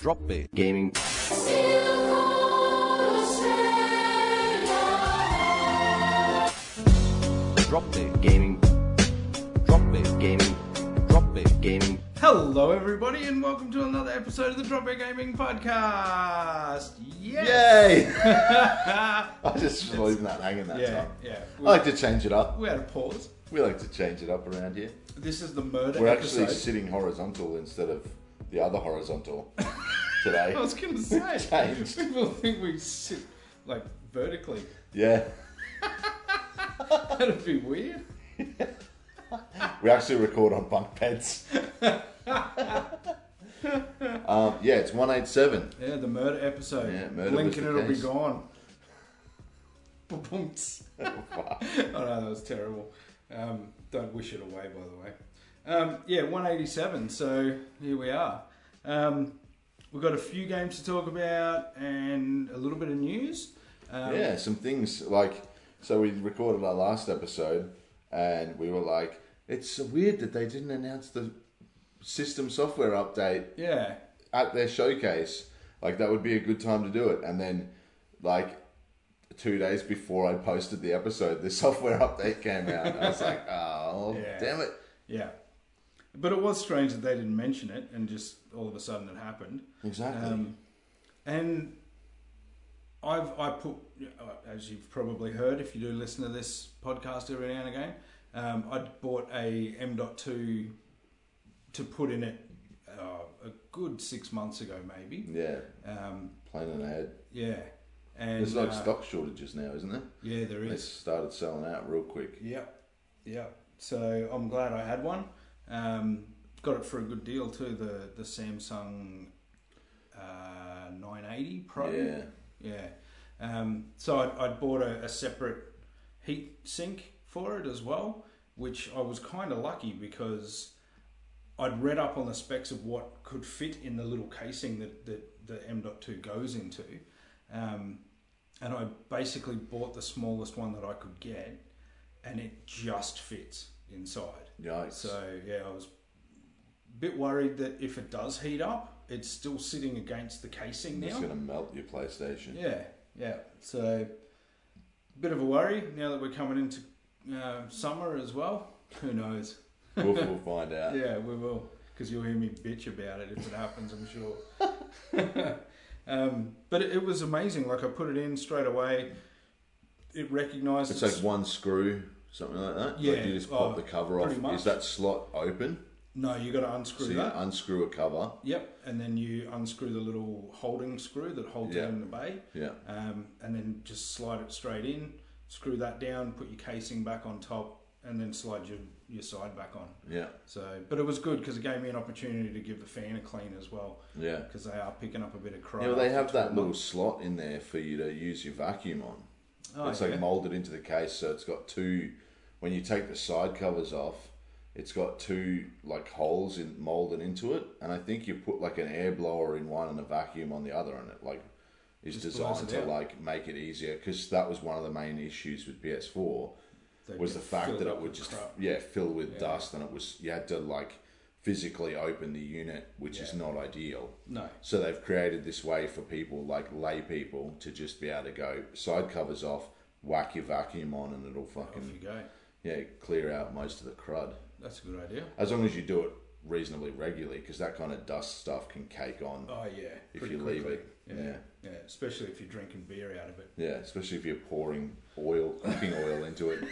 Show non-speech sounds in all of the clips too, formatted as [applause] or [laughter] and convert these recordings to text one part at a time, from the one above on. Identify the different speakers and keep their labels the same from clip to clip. Speaker 1: drop B.
Speaker 2: gaming.
Speaker 1: Drop B.
Speaker 2: gaming,
Speaker 1: Drop B.
Speaker 2: gaming,
Speaker 1: Drop B.
Speaker 2: gaming.
Speaker 3: Hello, everybody, and welcome to another episode of the Drop Air Gaming Podcast. Yes. [laughs]
Speaker 4: Yay! [laughs]
Speaker 3: yeah,
Speaker 4: I just was leaving that hanging that
Speaker 3: yeah.
Speaker 4: time.
Speaker 3: We,
Speaker 4: I like to change it up.
Speaker 3: we had a pause.
Speaker 4: We like to change it up around here.
Speaker 3: This is the murder
Speaker 4: We're
Speaker 3: episode.
Speaker 4: actually sitting horizontal instead of the
Speaker 3: [laughs]
Speaker 4: other horizontal today.
Speaker 3: I was going to say,
Speaker 4: [laughs] changed.
Speaker 3: people think we sit like vertically.
Speaker 4: [laughs]
Speaker 3: [laughs]
Speaker 4: Yeah.
Speaker 3: That'd be weird.
Speaker 4: We actually record on bunk
Speaker 3: [laughs]
Speaker 4: beds. um, yeah, it's 187.
Speaker 3: Yeah, the murder episode.
Speaker 4: Yeah, murder
Speaker 3: Blink
Speaker 4: was
Speaker 3: and
Speaker 4: the
Speaker 3: it'll be
Speaker 4: case. [laughs]
Speaker 3: gone. Ba-boomts. [laughs] oh no, that was terrible. Um, don't wish it away, by the way. Um, yeah, 187. So here we are. Um, we've got a few games to talk about and a little bit of news. Um,
Speaker 4: Yeah, some things like so we recorded our last episode and we were like, it's so weird that they didn't announce the system software update
Speaker 3: Yeah.
Speaker 4: at their showcase, like that would be a good time to do it. And then, like, two days before I posted the episode, the [laughs] software update came out. I
Speaker 3: [laughs]
Speaker 4: was like, oh,
Speaker 3: Yeah.
Speaker 4: damn it.
Speaker 3: Yeah. But it was strange that they didn't mention it and just all of a sudden it happened.
Speaker 4: Exactly.
Speaker 3: Um, and I've I put, uh, as you've probably heard, if you do listen to this podcast every now and again, um, I bought a M.2 to put in it uh, a good six months ago, maybe.
Speaker 4: yeah,
Speaker 3: Um,
Speaker 4: planning ahead.
Speaker 3: yeah, and
Speaker 4: There's like
Speaker 3: uh,
Speaker 4: stock shortages now, isn't there?
Speaker 3: yeah, there
Speaker 4: They
Speaker 3: is.
Speaker 4: started selling out real quick.
Speaker 3: Yep, yep. So I'm glad I had one. Um, got it for a good deal too. The the Samsung uh, 980 Pro.
Speaker 4: Yeah.
Speaker 3: Yeah. Um, so I'd, I'd bought a, a separate heat sink for it as well, which I was kind of lucky because I'd read up on the specs of what could fit in the little casing that, that the M.2 goes into. Um, and I basically bought the smallest one that I could get, and it just fits inside.
Speaker 4: Yikes.
Speaker 3: So yeah, I was a bit worried that if it does heat up, it's still sitting against the casing now.
Speaker 4: it's going to melt your PlayStation.
Speaker 3: Yeah, yeah. So, bit of a worry now that we're coming into uh, summer as well. Who knows?
Speaker 4: We'll, we'll find out.
Speaker 3: Yeah, we will. Because you'll hear me bitch about it if it happens, I'm sure. [laughs] um, but it, it was amazing. Like, I put it in straight away. It recognised
Speaker 4: It's like one screw, something like that.
Speaker 3: Yeah,
Speaker 4: Like you just pop
Speaker 3: oh,
Speaker 4: the cover off.
Speaker 3: pretty much.
Speaker 4: Is that slot open?
Speaker 3: No, you got to unscrew
Speaker 4: So you
Speaker 3: that.
Speaker 4: unscrew a cover.
Speaker 3: Yep, and then you unscrew the little holding screw that holds
Speaker 4: Yeah.
Speaker 3: it in the bay.
Speaker 4: Yeah.
Speaker 3: Um, and then just slide it straight in, screw that down, put your casing back on top, and then slide your, your side back on.
Speaker 4: Yeah.
Speaker 3: So, but it was good because it gave me an opportunity to give the fan a clean as well
Speaker 4: Yeah.
Speaker 3: because they are picking up a bit of crud.
Speaker 4: Yeah, well, they
Speaker 3: after
Speaker 4: have that
Speaker 3: 12
Speaker 4: little
Speaker 3: months.
Speaker 4: slot in there for you to use your vacuum on.
Speaker 3: Oh,
Speaker 4: it's
Speaker 3: yeah.
Speaker 4: like molded into the case, so it's got two. When you take the side covers off, it's got two like holes in molded into it, and I think you put like an air blower in one and a vacuum on the other, and it like is
Speaker 3: Just blows
Speaker 4: designed
Speaker 3: it
Speaker 4: to
Speaker 3: out.
Speaker 4: like make it easier because that was one of the main issues with PS4
Speaker 3: They
Speaker 4: was the
Speaker 3: get
Speaker 4: fact
Speaker 3: filled
Speaker 4: that
Speaker 3: up
Speaker 4: it would
Speaker 3: with
Speaker 4: just [laughs]
Speaker 3: crap.
Speaker 4: yeah fill with dust, and it was you had to like physically open the unit, which is not ideal.
Speaker 3: No.
Speaker 4: So they've created this way for people, like lay people, to just be able to go side covers off, whack your vacuum on, and it'll
Speaker 3: Off you
Speaker 4: fucking
Speaker 3: go.
Speaker 4: yeah clear out most of the crud.
Speaker 3: That's a good idea.
Speaker 4: As long as you do it reasonably regularly, because that kind of dust stuff can cake on.
Speaker 3: Oh yeah.
Speaker 4: If
Speaker 3: pretty
Speaker 4: you leave
Speaker 3: quickly.
Speaker 4: it,
Speaker 3: Yeah.
Speaker 4: yeah.
Speaker 3: Yeah. Especially if you're drinking beer out of it.
Speaker 4: Yeah, especially if you're pouring oil, cooking oil into
Speaker 3: [laughs]
Speaker 4: it.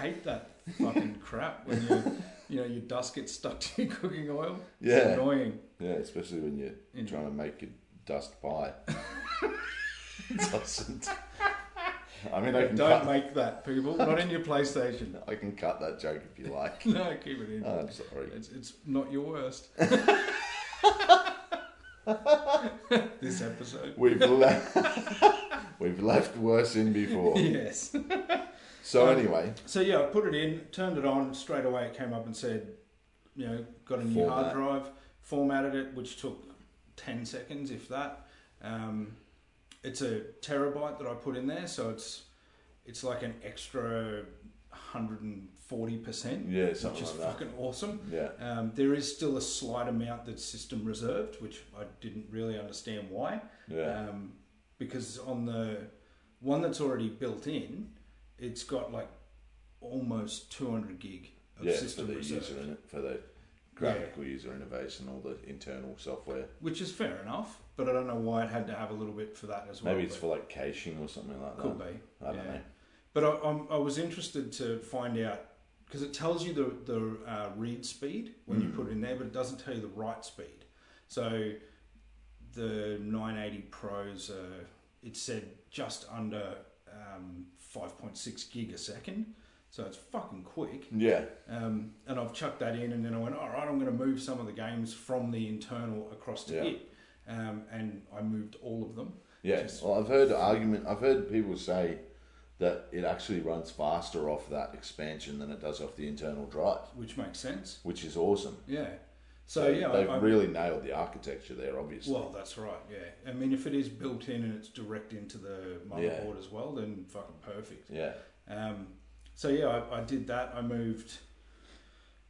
Speaker 3: hate that fucking crap when you, [laughs] you know, your dust gets stuck to your cooking oil. It's
Speaker 4: Yeah.
Speaker 3: annoying.
Speaker 4: Yeah, especially when you're
Speaker 3: In-
Speaker 4: trying to make your dust
Speaker 3: [laughs]
Speaker 4: pie. It doesn't. I mean, I can
Speaker 3: Don't
Speaker 4: cut.
Speaker 3: make that, people. Not in your PlayStation. [laughs]
Speaker 4: I can cut that joke if you like.
Speaker 3: No, keep it in.
Speaker 4: Oh, I'm sorry.
Speaker 3: It's, it's not your worst. [laughs]
Speaker 4: [laughs]
Speaker 3: this episode.
Speaker 4: We've left. [laughs] We've left worse in before.
Speaker 3: Yes.
Speaker 4: So
Speaker 3: Um,
Speaker 4: anyway,
Speaker 3: So yeah, I put it in, turned it on straight away. It came up and said, you know, got a new hard
Speaker 4: Format.
Speaker 3: drive, formatted it, which took ten seconds, if that. Um, it's a terabyte that I put in there, so it's it's like an extra 140%,
Speaker 4: Yeah,
Speaker 3: which
Speaker 4: something
Speaker 3: is
Speaker 4: like that.
Speaker 3: fucking awesome.
Speaker 4: Yeah.
Speaker 3: Um, there is still a slight amount that's system reserved, which I didn't really understand why.
Speaker 4: Yeah.
Speaker 3: Um, because on the one that's already built in, it's got like almost 200 gig of
Speaker 4: yeah, for
Speaker 3: system
Speaker 4: the
Speaker 3: reserved,
Speaker 4: user in for the graphical user interface and all the internal software.
Speaker 3: which is fair enough. But I don't know why it had to have a little bit for that as well.
Speaker 4: Maybe it's
Speaker 3: but-
Speaker 4: for like caching or something like
Speaker 3: Could
Speaker 4: that.
Speaker 3: be.
Speaker 4: Um, I don't know.
Speaker 3: But I, I'm, I was interested to find out because it tells you the the uh, read speed when you
Speaker 4: Hmm.
Speaker 3: put it in there, but it doesn't tell you the write speed. So the 980 Pros, uh, it said just under um, 5.6 gig a second. So it's fucking quick.
Speaker 4: Yeah,
Speaker 3: Um, and I've chucked that in, and then I went, all right, I'm going to move some of the games from the internal across to
Speaker 4: Yeah.
Speaker 3: it. Um, and I moved all of them.
Speaker 4: yeah.
Speaker 3: Just-
Speaker 4: Well, I've heard argument. I've heard people say that it actually runs faster off that expansion than it does off the internal drive,
Speaker 3: which makes sense.
Speaker 4: which is awesome.
Speaker 3: Yeah. So yeah,
Speaker 4: they've
Speaker 3: I, I,
Speaker 4: really nailed the architecture there. Obviously,
Speaker 3: well, that's right. Yeah. I mean, if it is built in and it's direct into the
Speaker 4: Yeah.
Speaker 3: motherboard as well, then fucking perfect.
Speaker 4: yeah,
Speaker 3: Um, so yeah, I, I did that. I moved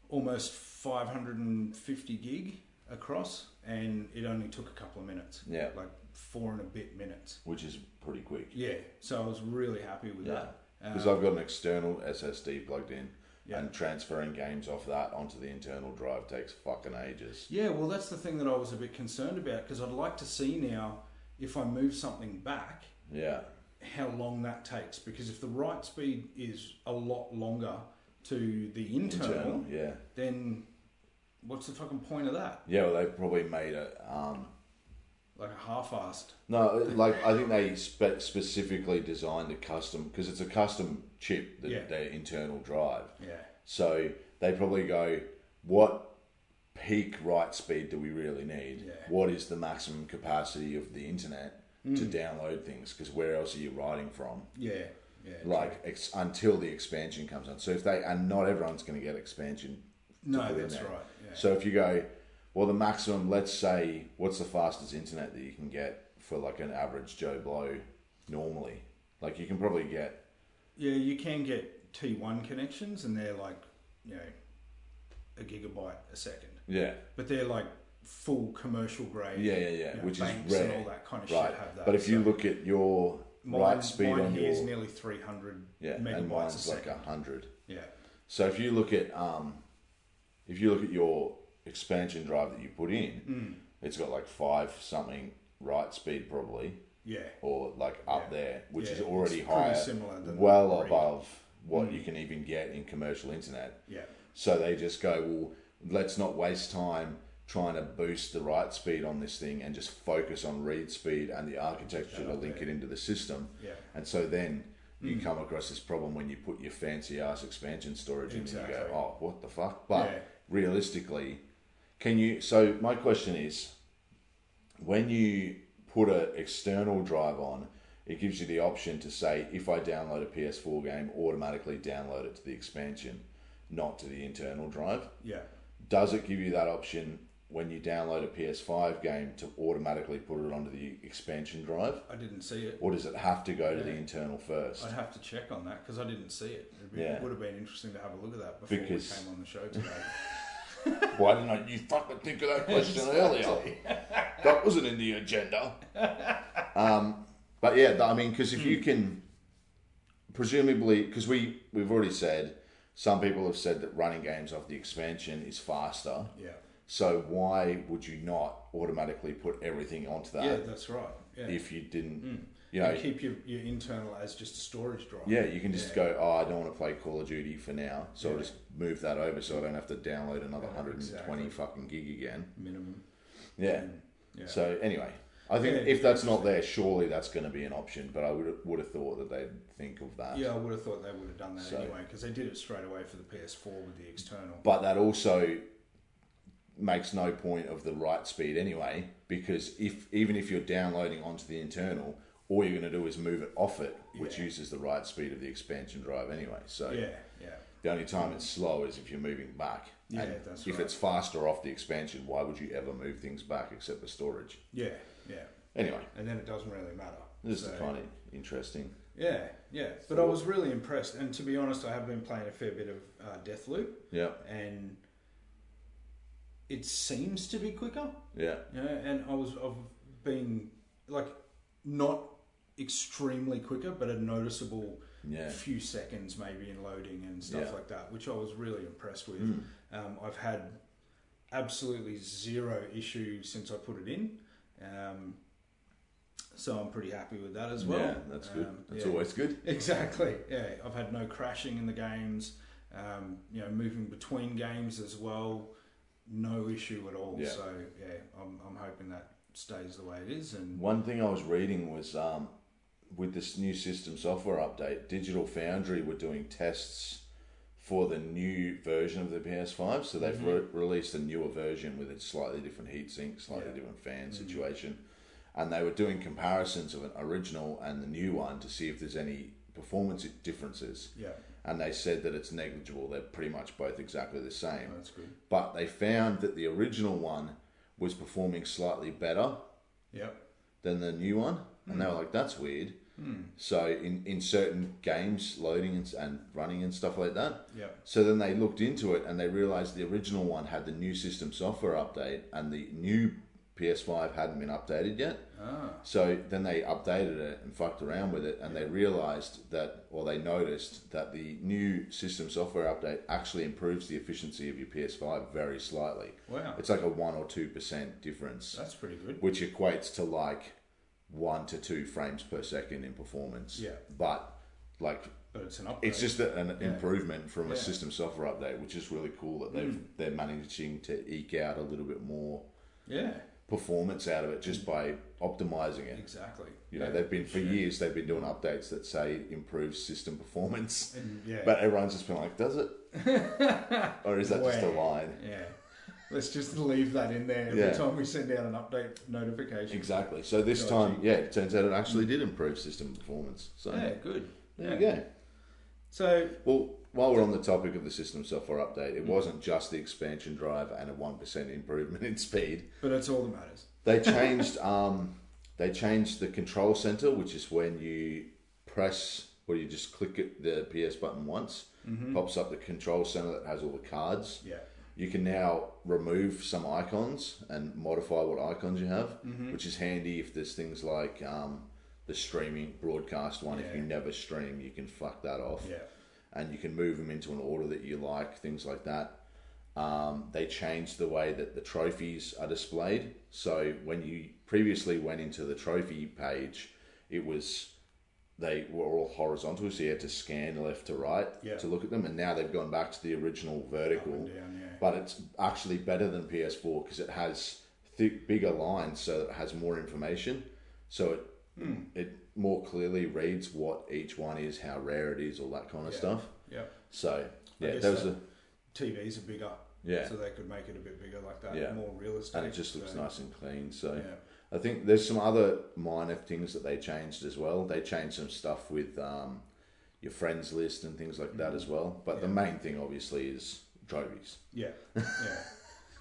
Speaker 3: almost 550 gig across, and it only took a couple of minutes.
Speaker 4: Yeah.
Speaker 3: Like four and a bit minutes.
Speaker 4: which is pretty quick.
Speaker 3: Yeah. So I was really happy with
Speaker 4: Yeah,
Speaker 3: that.
Speaker 4: because I've got an external SSD plugged in,
Speaker 3: Yeah.
Speaker 4: and transferring games off that onto the internal drive takes fucking ages.
Speaker 3: Yeah, well, that's the thing that I was a bit concerned about because I'd like to see now if I move something back.
Speaker 4: Yeah,
Speaker 3: how long that takes because if the write speed is a lot longer to the internal,
Speaker 4: internal. Yeah,
Speaker 3: then what's the fucking point of that?
Speaker 4: yeah. Well, they've probably made it. Um,
Speaker 3: Like a half-assed.
Speaker 4: No, like I think they spe- specifically designed a custom because it's a custom chip, the,
Speaker 3: Yeah.
Speaker 4: their internal drive.
Speaker 3: Yeah.
Speaker 4: So they probably go, what peak write speed do we really need?
Speaker 3: Yeah.
Speaker 4: What is the maximum capacity of the internet to
Speaker 3: Hmm.
Speaker 4: download things? Because where else are you writing from?
Speaker 3: Yeah. Yeah.
Speaker 4: Like ex- until the expansion comes on. So if they and not everyone's going to get expansion. to
Speaker 3: No,
Speaker 4: put in
Speaker 3: Oh, that's
Speaker 4: there.
Speaker 3: right, yeah.
Speaker 4: So if you go, well, the maximum, let's say, what's the fastest internet that you can get for like an average Joe Blow normally? Like you can probably get,
Speaker 3: yeah, you can get T1 connections and they're like, you know, a gigabyte a second.
Speaker 4: yeah,
Speaker 3: But they're like full commercial grade.
Speaker 4: yeah, yeah, yeah,
Speaker 3: you know,
Speaker 4: which is
Speaker 3: banks
Speaker 4: rare,
Speaker 3: and all that kind of
Speaker 4: right?
Speaker 3: shit have that.
Speaker 4: but if you
Speaker 3: so
Speaker 4: look at your
Speaker 3: mine,
Speaker 4: write speed
Speaker 3: mine
Speaker 4: on
Speaker 3: here is
Speaker 4: your
Speaker 3: nearly 300
Speaker 4: yeah, and
Speaker 3: megabytes a
Speaker 4: mine's like
Speaker 3: second.
Speaker 4: a hundred.
Speaker 3: yeah.
Speaker 4: So if you look at um, if you look at your expansion drive that you put in,
Speaker 3: Hmm.
Speaker 4: it's got like five something write speed probably,
Speaker 3: Yeah.
Speaker 4: or like up
Speaker 3: Yeah.
Speaker 4: there, which
Speaker 3: Yeah,
Speaker 4: is already
Speaker 3: it's pretty
Speaker 4: higher,
Speaker 3: similar than
Speaker 4: well
Speaker 3: read.
Speaker 4: above what you can even get in commercial internet.
Speaker 3: Yeah.
Speaker 4: So they just go, well, let's not waste time trying to boost the write speed on this thing and just focus on read speed and the architecture to link it into the system.
Speaker 3: Yeah. Mm.
Speaker 4: And so then you come across this problem when you put your fancy ass expansion storage in and you
Speaker 3: Exactly.
Speaker 4: go, oh, what the fuck? But
Speaker 3: Yeah.
Speaker 4: realistically, can you? So my question is, when you put an external drive on, it gives you the option to say, if I download a PS4 game, automatically download it to the expansion, not to the internal drive.
Speaker 3: Yeah.
Speaker 4: Does it give you that option when you download a PS5 game to automatically put it onto the expansion drive?
Speaker 3: I didn't see it.
Speaker 4: Or does it have to go to the internal first?
Speaker 3: I'd have to check on that because I didn't see it. It'd be,
Speaker 4: Yeah.
Speaker 3: It would have been interesting to have a look at that before
Speaker 4: Because-
Speaker 3: we came on the show today.
Speaker 4: [laughs] Why didn't I, you fucking think of [laughs] that question earlier? [laughs] That wasn't in the agenda. Hmm. Um, but yeah, th- I mean, because if you can, presumably, because we we've already said some people have said that running games off the expansion is faster.
Speaker 3: yeah.
Speaker 4: So why would you not automatically put everything onto that
Speaker 3: Yeah, that's right. Yeah. Hmm.
Speaker 4: if you didn't? You know,
Speaker 3: you keep your, your internal as just a storage drive.
Speaker 4: yeah, you can just go. Oh, I don't want to play Call of Duty for now, so I'll just move that over, so I don't have to download another 120 fucking gig again.
Speaker 3: Minimum.
Speaker 4: Yeah.
Speaker 3: Hmm. Yeah.
Speaker 4: So anyway, I think
Speaker 3: Yeah,
Speaker 4: if that's not there, surely that's going to be an option. But I would would have thought that they'd think of that.
Speaker 3: Yeah, I would have thought they would have done that anyway 'cause anyway because they did it straight away for the PS4 with the external.
Speaker 4: But that also makes no point of the write speed anyway, because if even if you're downloading onto the internal, all you're going to do is move it off it, which
Speaker 3: Yeah.
Speaker 4: uses the write speed of the expansion drive anyway. So
Speaker 3: Yeah, yeah.
Speaker 4: the only time it's slow is if you're moving back.
Speaker 3: Yeah,
Speaker 4: and
Speaker 3: that's
Speaker 4: if
Speaker 3: right.
Speaker 4: it's faster off the expansion, why would you ever move things back except the storage?
Speaker 3: Yeah, yeah.
Speaker 4: Anyway,
Speaker 3: and then it doesn't really matter.
Speaker 4: this
Speaker 3: So,
Speaker 4: is kind of interesting.
Speaker 3: yeah, yeah. But I was really impressed, and to be honest, I have been playing a fair bit of uh, Deathloop,
Speaker 4: Yeah,
Speaker 3: and it seems to be quicker.
Speaker 4: yeah,
Speaker 3: Yeah, and I was I've been like not extremely quicker, but a noticeable
Speaker 4: yeah,
Speaker 3: few seconds maybe in loading and stuff
Speaker 4: Yeah. Hmm.
Speaker 3: like that, which I was really impressed with. Um, I've had absolutely zero issue since I put it in. Um, so I'm pretty happy with that as well.
Speaker 4: yeah. That's good.
Speaker 3: Um,
Speaker 4: that's
Speaker 3: yeah.
Speaker 4: always good.
Speaker 3: Exactly. Yeah, I've had no crashing in the games. Um, you know, moving between games as well, no issue at all.
Speaker 4: Yeah.
Speaker 3: So yeah, I'm, I'm hoping that stays the way it is. And
Speaker 4: One thing I was reading was um, with this new system software update, Digital Foundry were doing tests for the new version of the PS5. So they've re- released a newer version with a slightly different heatsink, slightly
Speaker 3: Mm-hmm. Yeah. Mm-hmm.
Speaker 4: different fan situation. And they were doing comparisons of an original and the new one to see if there's any performance differences.
Speaker 3: yeah,
Speaker 4: And they said that it's negligible. They're pretty much both exactly the same
Speaker 3: that's good.
Speaker 4: but they found that the original one was performing slightly better
Speaker 3: Yep.
Speaker 4: than the new one, and they were like, "That's weird." So in in certain games, loading and, and running and stuff like that.
Speaker 3: Yep.
Speaker 4: So then they looked into it and they realized the original one had the new system software update, and the new PS5 hadn't been updated yet.
Speaker 3: Ah.
Speaker 4: So then they updated it and fucked around with it, and they realized that, or they noticed that the new system software update actually improves the efficiency of your PS5 very slightly.
Speaker 3: Wow.
Speaker 4: It's like a 1 or 2% difference,
Speaker 3: That's pretty good.
Speaker 4: which equates to like 1 to 2 frames per second in performance.
Speaker 3: Yeah.
Speaker 4: But like,
Speaker 3: But it's an upgrade.
Speaker 4: it's just a- an improvement from a
Speaker 3: Yeah. Mm.
Speaker 4: system software update, which is really cool that they've, they're managing to eke out a little bit more
Speaker 3: yeah,
Speaker 4: performance out of it just by optimizing it.
Speaker 3: exactly.
Speaker 4: You know,
Speaker 3: yeah.
Speaker 4: they've been for years. They've been doing updates that say improves system performance,
Speaker 3: And, [laughs] yeah.
Speaker 4: but everyone's just been like,
Speaker 3: [laughs]
Speaker 4: "Does it?" or is that just a
Speaker 3: Where?
Speaker 4: line?
Speaker 3: yeah. Let's just leave that in there every
Speaker 4: Yeah.
Speaker 3: time we send out an update notification.
Speaker 4: Exactly. So this time, yeah, it turns out it actually did improve system performance. So
Speaker 3: Yeah, good.
Speaker 4: there
Speaker 3: yeah.
Speaker 4: you go.
Speaker 3: So
Speaker 4: Well, while we're on the topic of the system software update, it wasn't just the expansion drive and a one percent improvement in speed.
Speaker 3: but it's all that matters.
Speaker 4: They changed. um, they changed the control center, which is when you press or you just click it, the PS button once, pops up the control center that has all the cards.
Speaker 3: Mm-hmm. Yeah.
Speaker 4: You can now remove some icons and modify what icons you have,
Speaker 3: Mm-hmm.
Speaker 4: which is handy if there's things like um, the streaming broadcast one. If
Speaker 3: Yeah.
Speaker 4: you never stream, you can fuck that off
Speaker 3: Yeah.
Speaker 4: and you can move them into an order that you like, things like that. Um, they changed the way that the trophies are displayed. So when you previously went into the trophy page, it was they were all horizontal, so you had to scan left to right
Speaker 3: Yeah.
Speaker 4: to look at them. And now they've gone back to the original vertical,
Speaker 3: and down, yeah.
Speaker 4: but it's actually better than PS4 because it has thick, bigger lines, so that it has more information. So it
Speaker 3: Hmm.
Speaker 4: it more clearly reads what each one is, how rare it is, all that kind of
Speaker 3: Yeah.
Speaker 4: stuff.
Speaker 3: Yeah.
Speaker 4: So yeah,
Speaker 3: guess
Speaker 4: that was
Speaker 3: that-
Speaker 4: a,
Speaker 3: TVs are bigger.
Speaker 4: Yeah.
Speaker 3: So they could make it a bit bigger like that.
Speaker 4: Yeah.
Speaker 3: More realistic.
Speaker 4: and it just looks
Speaker 3: so,
Speaker 4: nice eh? and clean. So
Speaker 3: Yeah.
Speaker 4: I think there's some other minor things that they changed as well. They changed some stuff with um, your friends list and things like that as
Speaker 3: Hmm.
Speaker 4: well. But the main thing obviously is trophies.
Speaker 3: Yeah.
Speaker 4: [laughs]
Speaker 3: Yeah.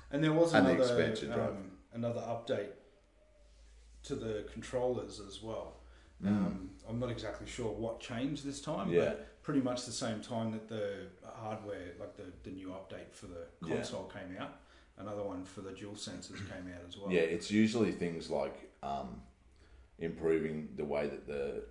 Speaker 3: and there was
Speaker 4: And the
Speaker 3: another
Speaker 4: expansion drive.
Speaker 3: um, another update to the controllers as well. Um, I'm not exactly sure what changed this time,
Speaker 4: Hmm. Yeah.
Speaker 3: but pretty much the same time that the hardware, like the, the new update for the
Speaker 4: Yeah.
Speaker 3: console came out, another one for the dual sensors came out as well.
Speaker 4: Yeah, it's usually things like um, improving the way that the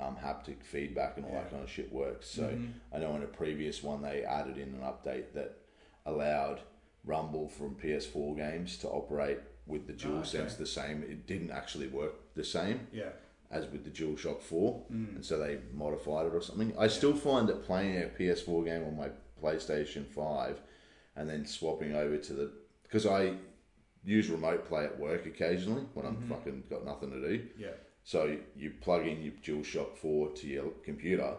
Speaker 4: um, haptic feedback and all that
Speaker 3: Yeah. Mm-hmm.
Speaker 4: kind of shit works. So I know in a previous one they added in an update that allowed Rumble from PS4 games to operate with the
Speaker 3: Ah,
Speaker 4: DualSense Sense the same. It didn't actually work the same
Speaker 3: Yeah.
Speaker 4: as with the DualShock 4, and so they modified it or something. I still find that playing a PS4 game on my PlayStation 5 and then swapping over to the because I use remote play at work occasionally when I'm fucking got nothing to do.
Speaker 3: Yeah.
Speaker 4: So you plug in your DualShock 4 to your computer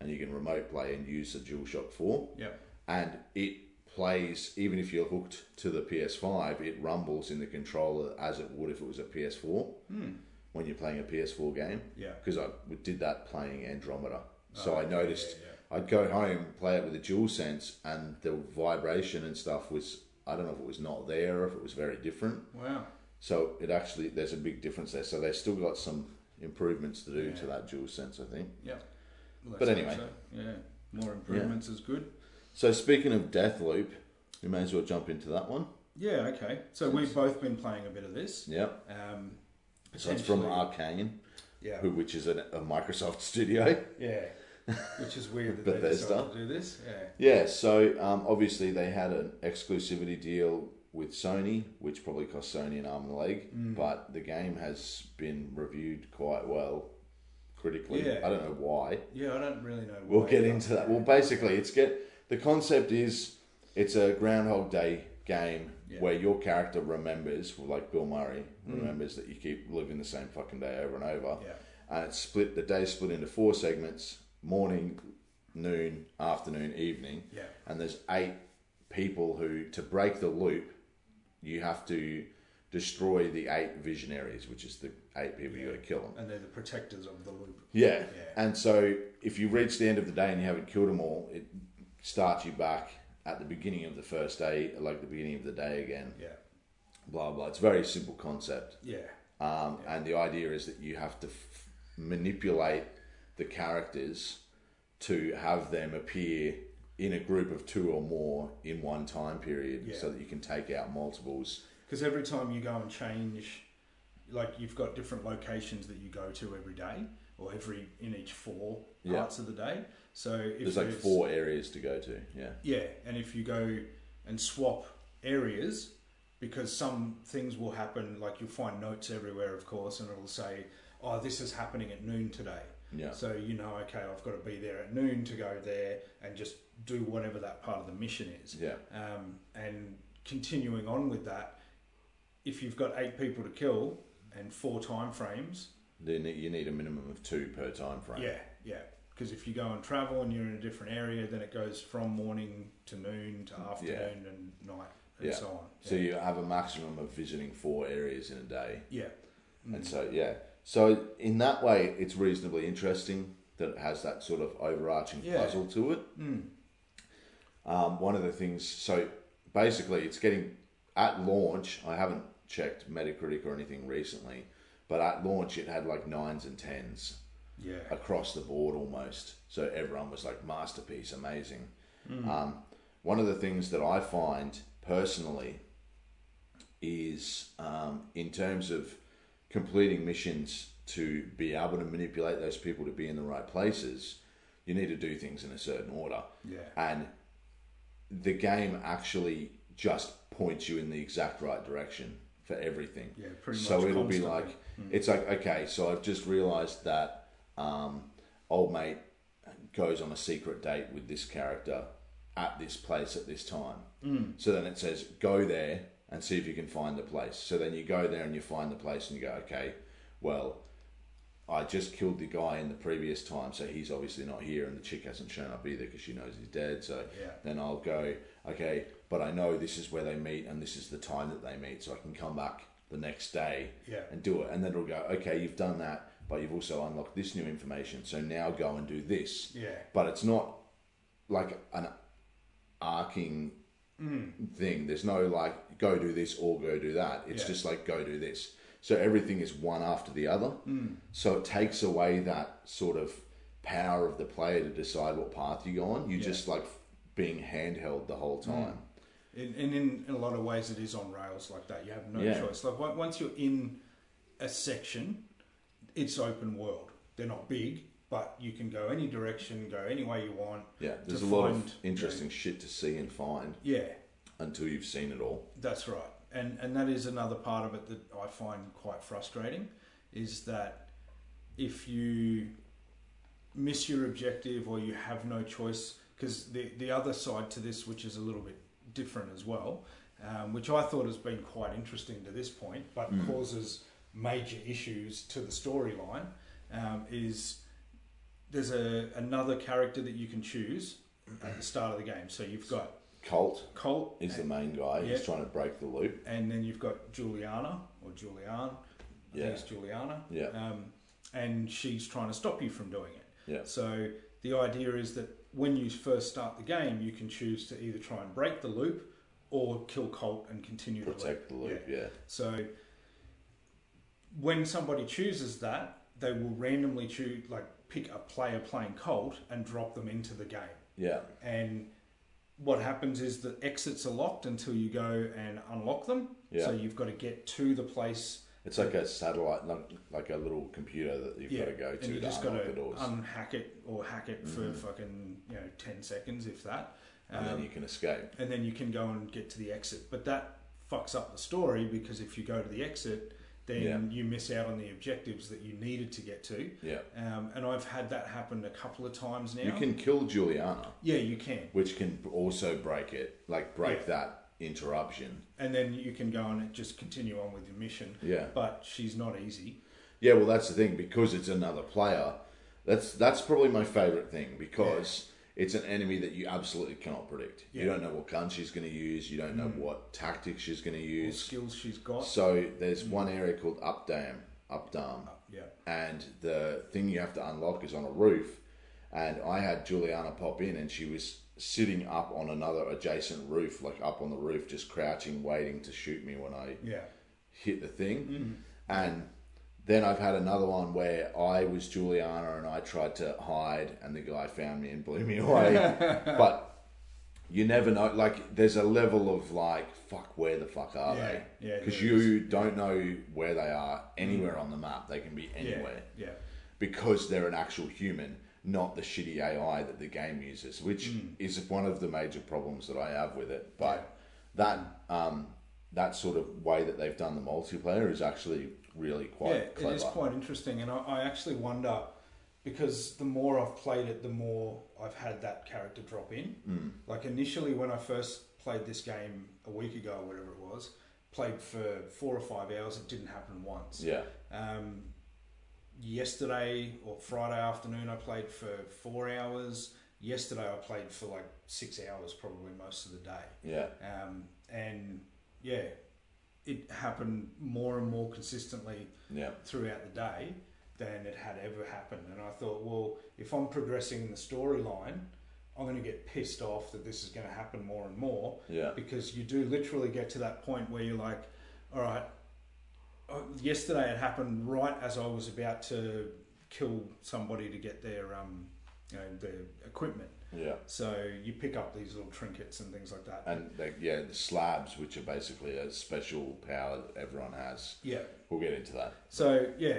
Speaker 4: and you can remote play and use the DualShock 4
Speaker 3: Yeah.
Speaker 4: and it plays even if you're hooked to the PS5, it rumbles in the controller as it would if it was a PS4 when you're playing a PS4 game.
Speaker 3: Hmm. Yeah. Oh,
Speaker 4: because I did that playing Andromeda, so I noticed
Speaker 3: yeah,
Speaker 4: I'd go home, play it with the dual sense, and the vibration and stuff was I don't know if it was not there or if it was very different.
Speaker 3: Wow.
Speaker 4: So it actually there's a big difference there. So they still got some improvements to do to that dual sense, I think.
Speaker 3: Yeah. Let's
Speaker 4: But
Speaker 3: hope
Speaker 4: anyway.
Speaker 3: so. yeah, more improvements is good.
Speaker 4: So speaking of Deathloop, we may as well jump into that one.
Speaker 3: Yeah, okay. So we've both been playing a bit of this.
Speaker 4: Yep.
Speaker 3: Um,
Speaker 4: So it's from
Speaker 3: potentially-
Speaker 4: Arcane,
Speaker 3: yeah,
Speaker 4: who which is a, a Microsoft [laughs] studio.
Speaker 3: yeah, which is weird that they decided
Speaker 4: Bethesda.
Speaker 3: to do this. Yeah,
Speaker 4: Yeah, so um, obviously they had an exclusivity deal with Sony, which probably cost Sony an arm and a leg, but the game has been reviewed quite well critically.
Speaker 3: Yeah.
Speaker 4: I don't know why.
Speaker 3: yeah. I don't really know.
Speaker 4: We'll
Speaker 3: why,
Speaker 4: get
Speaker 3: but-
Speaker 4: into that. Well, basically, it's get the concept is it's a Groundhog Day game
Speaker 3: Yeah. Mm.
Speaker 4: where your character remembers, well, like Bill Murray remembers that you keep living the same fucking day over and over.
Speaker 3: Yeah.
Speaker 4: And it's split. The day's split into four segments: morning, noon, afternoon, evening.
Speaker 3: Yeah.
Speaker 4: And there's eight people who to break the loop, you have to destroy the eight visionaries, which is the eight people you got to kill them.
Speaker 3: and they're the protectors of the loop.
Speaker 4: Yeah.
Speaker 3: Yeah.
Speaker 4: And so if you reach the end of the day and you haven't killed them all, it starts you back at the beginning of the first day, like the beginning of the day again.
Speaker 3: Yeah,
Speaker 4: Blah blah. It's a very simple concept,
Speaker 3: yeah,
Speaker 4: um, and the idea is that you have to f- manipulate the characters to have them appear in a group of two or more in one time period,
Speaker 3: Yeah.
Speaker 4: so that you can take out multiples.
Speaker 3: because every time you go and change, like you've got different locations that you go to every day or every in each four
Speaker 4: Yeah.
Speaker 3: parts of the day. So if
Speaker 4: There's like four areas to go to. Yeah.
Speaker 3: Yeah, and if you go and swap areas, because some things will happen, like you'll find notes everywhere, of course, and it'll say, "Oh, this is happening at noon today."
Speaker 4: Yeah.
Speaker 3: So you know, okay, I've got to be there at noon to go there and just do whatever that part of the mission is.
Speaker 4: Yeah.
Speaker 3: Um, and continuing on with that, if you've got eight people to kill and four time frames,
Speaker 4: Then you need a minimum of two per time frame.
Speaker 3: yeah, yeah. Because if you go and travel and you're in a different area, then it goes from morning to noon to afternoon and night and
Speaker 4: Yeah.
Speaker 3: so on.
Speaker 4: So you have a maximum of visiting four areas in a day,
Speaker 3: yeah, Mm.
Speaker 4: and so yeah. So in that way, it's reasonably interesting that it has that sort of overarching
Speaker 3: Yeah. Mm.
Speaker 4: puzzle to it. Um, one of the things, so basically, it's getting at launch. I haven't checked Metacritic or anything recently, but at launch, it had like nines and tens
Speaker 3: yeah, yeah,
Speaker 4: across the board almost. So everyone was like, masterpiece, amazing. Um, one of the things that I find personally is um, in terms of completing missions to be able to manipulate those people to be in the right places, you need to do things in a certain order.
Speaker 3: Yeah.
Speaker 4: And the game actually just points you in the exact right direction for everything.
Speaker 3: Yeah, pretty
Speaker 4: So
Speaker 3: much
Speaker 4: it'll be
Speaker 3: constantly. Hmm.
Speaker 4: like it's like okay, so I've just realised that um, old mate goes on a secret date with this character at this place at this time.
Speaker 3: Hmm.
Speaker 4: Mm. So then it says go there and see if you can find the place. So then you go there and you find the place and you go okay, well. I just killed the guy in the previous time, so he's obviously not here, and the chick hasn't shown up either because she knows he's dead. So
Speaker 3: Yeah.
Speaker 4: then I'll go, okay, but I know this is where they meet and this is the time that they meet, so I can come back the next day
Speaker 3: Yeah.
Speaker 4: and do it. And then it'll go, okay, you've done that, but you've also unlocked this new information, so now go and do this.
Speaker 3: Yeah.
Speaker 4: But it's not like an arcing thing. There's no like, go do this or go do that. It's
Speaker 3: Mm. Yeah.
Speaker 4: just like, go do this. So everything is one after the other.
Speaker 3: Mm.
Speaker 4: So it takes away that sort of power of the player to decide what path you go on. You're just like being handheld the
Speaker 3: Mm.
Speaker 4: whole time.
Speaker 3: and, and in, in a lot of ways, it is on rails like that. You have no
Speaker 4: Yeah.
Speaker 3: choice. Like on- once you're in a section, it's open world. They're not big, but you can go any direction, go any way you want.
Speaker 4: Yeah, there's a
Speaker 3: to
Speaker 4: lot
Speaker 3: find, you
Speaker 4: of
Speaker 3: know,
Speaker 4: interesting shit to see and find
Speaker 3: yeah,
Speaker 4: until you've seen it all.
Speaker 3: That's right, and and that is another part of it that I find quite frustrating, is that if you miss your objective or you have no choice, because the the other side to this, which is a little bit different as well, um, which I thought has been quite interesting to this point, but causes major issues to the storyline, um, is there's a another character that you can choose at the start of the game. So you've got
Speaker 4: Colt
Speaker 3: Colt
Speaker 4: is the main guy.
Speaker 3: Yeah.
Speaker 4: He's trying to break the loop.
Speaker 3: and then you've got Juliana or Julianne. I
Speaker 4: Yeah.
Speaker 3: think it's Juliana.
Speaker 4: Yeah.
Speaker 3: Um, and she's trying to stop you from doing it.
Speaker 4: Yeah.
Speaker 3: So the idea is that when you first start the game, you can choose to either try and break the loop or kill Colt and continue the loop.
Speaker 4: Protect the loop, yeah.
Speaker 3: So when somebody chooses that, they will randomly choose like pick a player playing Colt and drop them into the game.
Speaker 4: Yeah.
Speaker 3: And what happens is the exits are locked until you go and unlock them.
Speaker 4: Yeah.
Speaker 3: So you've got to get to the place.
Speaker 4: It's like a satellite, like- like a little computer that you've got to go to
Speaker 3: and you
Speaker 4: to
Speaker 3: just got
Speaker 4: unlock
Speaker 3: to
Speaker 4: the doors, Mm-hmm.
Speaker 3: unhack it or hack it for fucking you know ten seconds if that. Um,
Speaker 4: and then you can escape.
Speaker 3: and then you can go and get to the exit. But that fucks up the story because if you go to the exit, then
Speaker 4: Yeah.
Speaker 3: you miss out on the objectives that you needed to get to.
Speaker 4: Yeah.
Speaker 3: Um, and I've had that happen a couple of times now.
Speaker 4: You can kill Juliana,
Speaker 3: yeah, you can.
Speaker 4: which can also break it, like break
Speaker 3: Yeah.
Speaker 4: that interruption.
Speaker 3: And then you can go and just continue on with your mission.
Speaker 4: Yeah.
Speaker 3: But she's not easy.
Speaker 4: Yeah, well, that's the thing because it's another player. That's that's probably my favorite thing because it's an enemy that you absolutely cannot predict. You
Speaker 3: Yeah. Mm.
Speaker 4: don't know what gun she's going to use. You don't know what tactics she's going to
Speaker 3: The
Speaker 4: use.
Speaker 3: skills she's got.
Speaker 4: So there's one area called Updam, Updam,
Speaker 3: yeah.
Speaker 4: and the thing you have to unlock is on a roof. And I had Juliana pop in, and she was sitting up on another adjacent roof, like up on the roof, just crouching, waiting to shoot me when I
Speaker 3: Yeah.
Speaker 4: hit the thing.
Speaker 3: Mm-hmm.
Speaker 4: And then I've had another one where I was Juliana and I tried to hide, and the guy found me and blew me away.
Speaker 3: [laughs]
Speaker 4: but you never know. Like, there's a level of like, fuck, where the fuck are
Speaker 3: Yeah,
Speaker 4: they?
Speaker 3: yeah,
Speaker 4: because
Speaker 3: there Mm.
Speaker 4: you don't know where they are anywhere on the map. They can be
Speaker 3: Yeah.
Speaker 4: anywhere
Speaker 3: Yeah.
Speaker 4: because they're an actual human, not the shitty AI that the game uses, which
Speaker 3: Hmm.
Speaker 4: is one of the major problems that I have with it. But that um, that sort of way that they've done the multiplayer is actually really quite
Speaker 3: yeah,
Speaker 4: clever.
Speaker 3: it is quite interesting, and I, I actually wonder because the more I've played it, the more I've had that character drop in.
Speaker 4: Hmm.
Speaker 3: Mm. Like initially, when I first played this game a week ago, or whatever it was, played for four or five hours, it didn't happen once.
Speaker 4: yeah,
Speaker 3: Um, yesterday or Friday afternoon, I played for four hours. Yesterday, I played for like six hours, probably most of the day
Speaker 4: yeah,
Speaker 3: um, and yeah, it happened more and more consistently
Speaker 4: yeah,
Speaker 3: throughout the day than it had ever happened. And I thought, well, if I'm progressing in the storyline, I'm going to get pissed off that this is going to happen more and more
Speaker 4: yeah,
Speaker 3: because you do literally get to that point where you're like, all right, uh, yesterday it happened right as I was about to kill somebody to get their um, you know, their equipment.
Speaker 4: yeah.
Speaker 3: So you pick up these little trinkets and things like that.
Speaker 4: And they, yeah, the slabs, which are basically a special power that everyone has.
Speaker 3: yeah.
Speaker 4: We'll get into that.
Speaker 3: So yeah,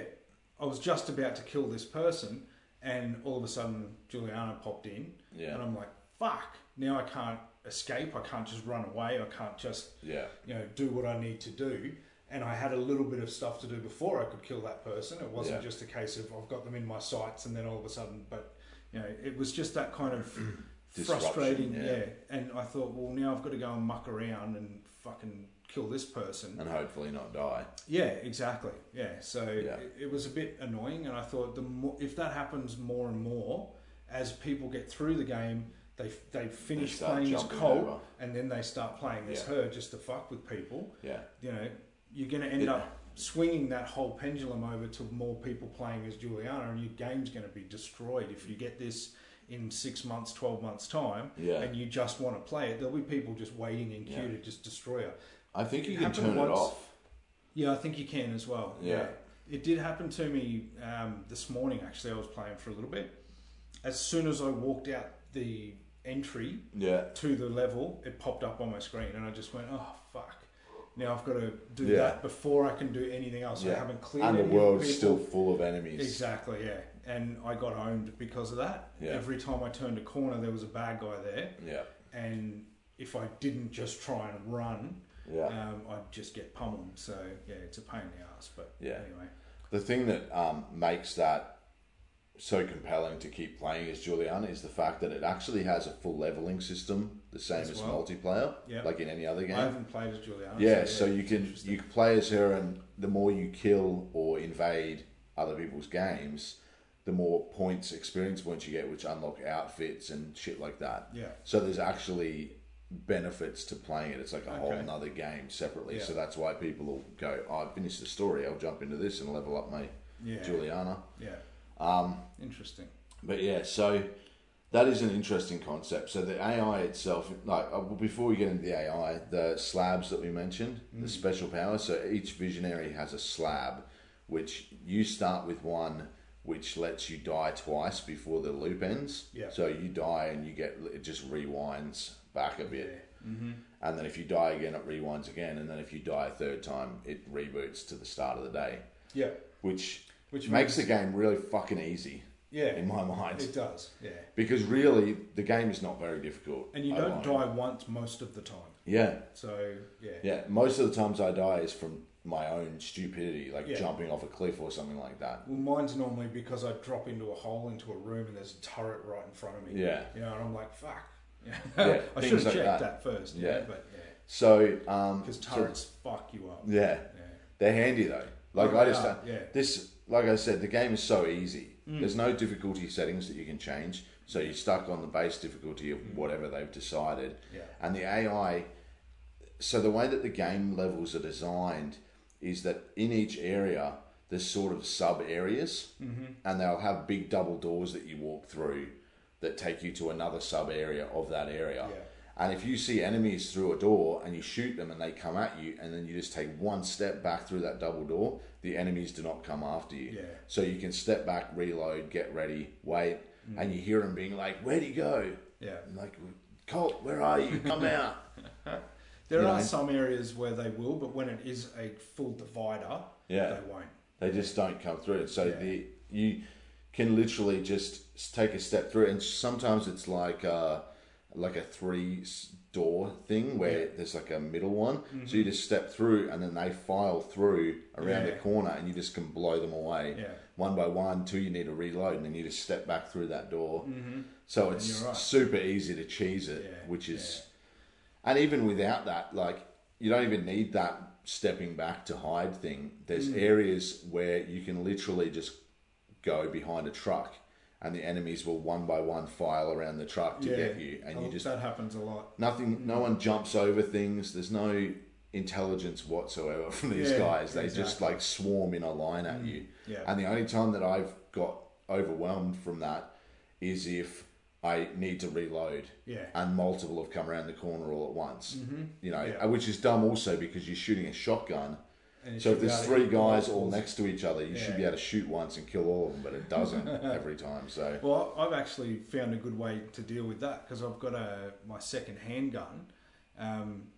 Speaker 3: I was just about to kill this person, and all of a sudden Juliana popped in,
Speaker 4: Yeah.
Speaker 3: and I'm like, "Fuck! Now I can't escape. I can't just run away. I can't just
Speaker 4: Yeah,
Speaker 3: you know do what I need to do." And I had a little bit of stuff to do before I could kill that person. It wasn't
Speaker 4: Yeah.
Speaker 3: just a case of I've got them in my sights, and then all of a sudden, but you know, it was just that kind of
Speaker 4: [clears throat] Disruption,
Speaker 3: frustrating.
Speaker 4: yeah.
Speaker 3: yeah, and I thought, well, now I've got to go and muck around and fucking kill this person.
Speaker 4: and hopefully not die.
Speaker 3: Yeah, exactly. Yeah, so
Speaker 4: Yeah.
Speaker 3: It, it was a bit annoying, and I thought the more, if that happens more and more as people get through the game, they they finish
Speaker 4: start
Speaker 3: playing as
Speaker 4: jumping
Speaker 3: Colt,
Speaker 4: over.
Speaker 3: and then they start playing as
Speaker 4: Yeah.
Speaker 3: her just to fuck with people.
Speaker 4: Yeah,
Speaker 3: You know, you're going to end
Speaker 4: Yeah.
Speaker 3: up swinging that whole pendulum over to more people playing as Juliana, and your game's going to be destroyed if you get this in six months, twelve months time,
Speaker 4: Yeah.
Speaker 3: and you just want to play it. There'll be people just waiting in queue
Speaker 4: Yeah.
Speaker 3: to just destroy her.
Speaker 4: I think you
Speaker 3: It
Speaker 4: can
Speaker 3: happened
Speaker 4: turn it
Speaker 3: once.
Speaker 4: off.
Speaker 3: Yeah, I think you can as well.
Speaker 4: Yeah.
Speaker 3: It did happen to me um, this morning, actually. I was playing for a little bit. As soon as I walked out the entry
Speaker 4: Yeah,
Speaker 3: to the level, it popped up on my screen, and I just went, oh, fuck. Now I've got to do
Speaker 4: Yeah.
Speaker 3: that before I can do anything else. I
Speaker 4: yeah.
Speaker 3: haven't cleared
Speaker 4: And the
Speaker 3: any
Speaker 4: world's
Speaker 3: people.
Speaker 4: still full of enemies.
Speaker 3: Exactly, yeah. And I got owned because of that.
Speaker 4: Yeah.
Speaker 3: Every time I turned a corner, there was a bad guy there.
Speaker 4: Yeah,
Speaker 3: And if I didn't just try and run,
Speaker 4: yeah.
Speaker 3: um, I'd just get pummeled. So yeah, it's a pain in the ass. But
Speaker 4: Yeah.
Speaker 3: anyway,
Speaker 4: The thing that um, makes that so compelling to keep playing as Juliana is the fact that it actually has a full leveling system, the same as,
Speaker 3: As well.
Speaker 4: multiplayer,
Speaker 3: Yeah.
Speaker 4: like in any other game.
Speaker 3: I haven't played as Juliana.
Speaker 4: yeah, so you can
Speaker 3: interesting.
Speaker 4: you can play as her, and the more you kill or invade other people's games, the more points, experience points you get, which unlock outfits and shit like that.
Speaker 3: Yeah.
Speaker 4: So there's actually benefits to playing it. It's like a whole
Speaker 3: Okay.
Speaker 4: nother game separately.
Speaker 3: Yeah.
Speaker 4: So that's why people will go, oh, I finished the story, I'll jump into this and level up my
Speaker 3: Yeah.
Speaker 4: Juliana.
Speaker 3: yeah, um, interesting.
Speaker 4: But yeah, so that is an interesting concept. So the AI itself, like uh, before we get into the
Speaker 3: Mm.
Speaker 4: AI, the slabs that we mentioned, the special power. So each visionary has a slab, which you start with one which lets you die twice before the loop ends.
Speaker 3: Yeah.
Speaker 4: So you die and you get it just rewinds back a bit.
Speaker 3: Mm-hmm.
Speaker 4: And then if you die again, it rewinds again. And then if you die a third time, it reboots to the start of the day,
Speaker 3: Yeah.
Speaker 4: which,
Speaker 3: Which
Speaker 4: makes the game really fucking easy in
Speaker 3: Yeah.
Speaker 4: my mind.
Speaker 3: It does. Yeah.
Speaker 4: Because really, the game is not very difficult.
Speaker 3: And you
Speaker 4: I
Speaker 3: don't
Speaker 4: find.
Speaker 3: die once most of the time.
Speaker 4: Yeah,
Speaker 3: So yeah.
Speaker 4: yeah. Most of the times I die is from my own stupidity, like
Speaker 3: Yeah.
Speaker 4: jumping off a cliff or something like that.
Speaker 3: Well, mine's normally because I drop into a hole into a room and there's a turret right in front of me.
Speaker 4: Yeah.
Speaker 3: You know, and I'm like, fuck. [laughs] Yeah.
Speaker 4: Yeah,
Speaker 3: I
Speaker 4: things
Speaker 3: should have
Speaker 4: like
Speaker 3: checked that.
Speaker 4: that.
Speaker 3: first. Yeah.
Speaker 4: Yeah.
Speaker 3: But yeah.
Speaker 4: So, um,
Speaker 3: Because
Speaker 4: so-
Speaker 3: turrets fuck you up.
Speaker 4: yeah,
Speaker 3: Yeah.
Speaker 4: they're handy though. Like
Speaker 3: Oh,
Speaker 4: I
Speaker 3: they
Speaker 4: just
Speaker 3: are, yeah. Mm.
Speaker 4: this, like I said, the game is so easy. There's no difficulty settings that you can change, so you're stuck on the base difficulty of whatever they've decided.
Speaker 3: Mm. Yeah.
Speaker 4: And the AI, so the way that the game levels are designed is that in each area there's sort of sub areas,
Speaker 3: Mm-hmm.
Speaker 4: and they'll have big double doors that you walk through that take you to another sub area of that area.
Speaker 3: Yeah.
Speaker 4: And if you see enemies through a door and you shoot them and they come at you, and then you just take one step back through that double door, the enemies do not come after you.
Speaker 3: Yeah.
Speaker 4: So you can step back, reload, get ready, wait, and you hear them being like, "Where'd he go?"
Speaker 3: Mm. Yeah.
Speaker 4: And like, "Colt, where are you? Come
Speaker 3: [laughs]
Speaker 4: out!"
Speaker 3: There
Speaker 4: You
Speaker 3: are
Speaker 4: know?
Speaker 3: some areas where they will, but when it is a full divider,
Speaker 4: Yeah.
Speaker 3: they won't.
Speaker 4: they just don't come through. So
Speaker 3: Yeah.
Speaker 4: the you can literally just s- take a step through, and sometimes it's like a, like a three s- door thing where there's like a middle one.
Speaker 3: Mm-hmm.
Speaker 4: So you just step through, and then they file through around
Speaker 3: Yeah.
Speaker 4: the corner, and you just can blow them away
Speaker 3: Yeah.
Speaker 4: one by one till you need to reload, and then you just step back through that door. Mm-hmm. So it's
Speaker 3: you're right.
Speaker 4: super easy to cheese it,
Speaker 3: Yeah,
Speaker 4: which is. And even without that, like you don't even need that stepping back to hide thing. There's
Speaker 3: Mm.
Speaker 4: areas where you can literally just go behind a truck, and the enemies will one by one file around the truck to
Speaker 3: yeah.
Speaker 4: get you, and you
Speaker 3: Oh,
Speaker 4: just
Speaker 3: that happens a lot.
Speaker 4: nothing. No one jumps over things. There's no intelligence whatsoever from these
Speaker 3: Yeah,
Speaker 4: guys. They just
Speaker 3: exactly. Mm,
Speaker 4: like swarm in a line at you.
Speaker 3: Yeah.
Speaker 4: And the only time that I've got overwhelmed from that is if I need to reload
Speaker 3: Yeah. Mm-hmm.
Speaker 4: and multiple have come around the corner all at once. You know, uh,
Speaker 3: Yeah.
Speaker 4: which is dumb also because you're shooting a shotgun.
Speaker 3: And you
Speaker 4: So if
Speaker 3: should be
Speaker 4: there's
Speaker 3: able to
Speaker 4: three
Speaker 3: hit
Speaker 4: guys all
Speaker 3: multiples.
Speaker 4: next to each other, you should be
Speaker 3: Yeah.
Speaker 4: able to shoot once and kill all of them, but
Speaker 3: [laughs]
Speaker 4: it doesn't every time. So
Speaker 3: Well, I've actually found a good way to deal with that because I've got a my second handgun. Um,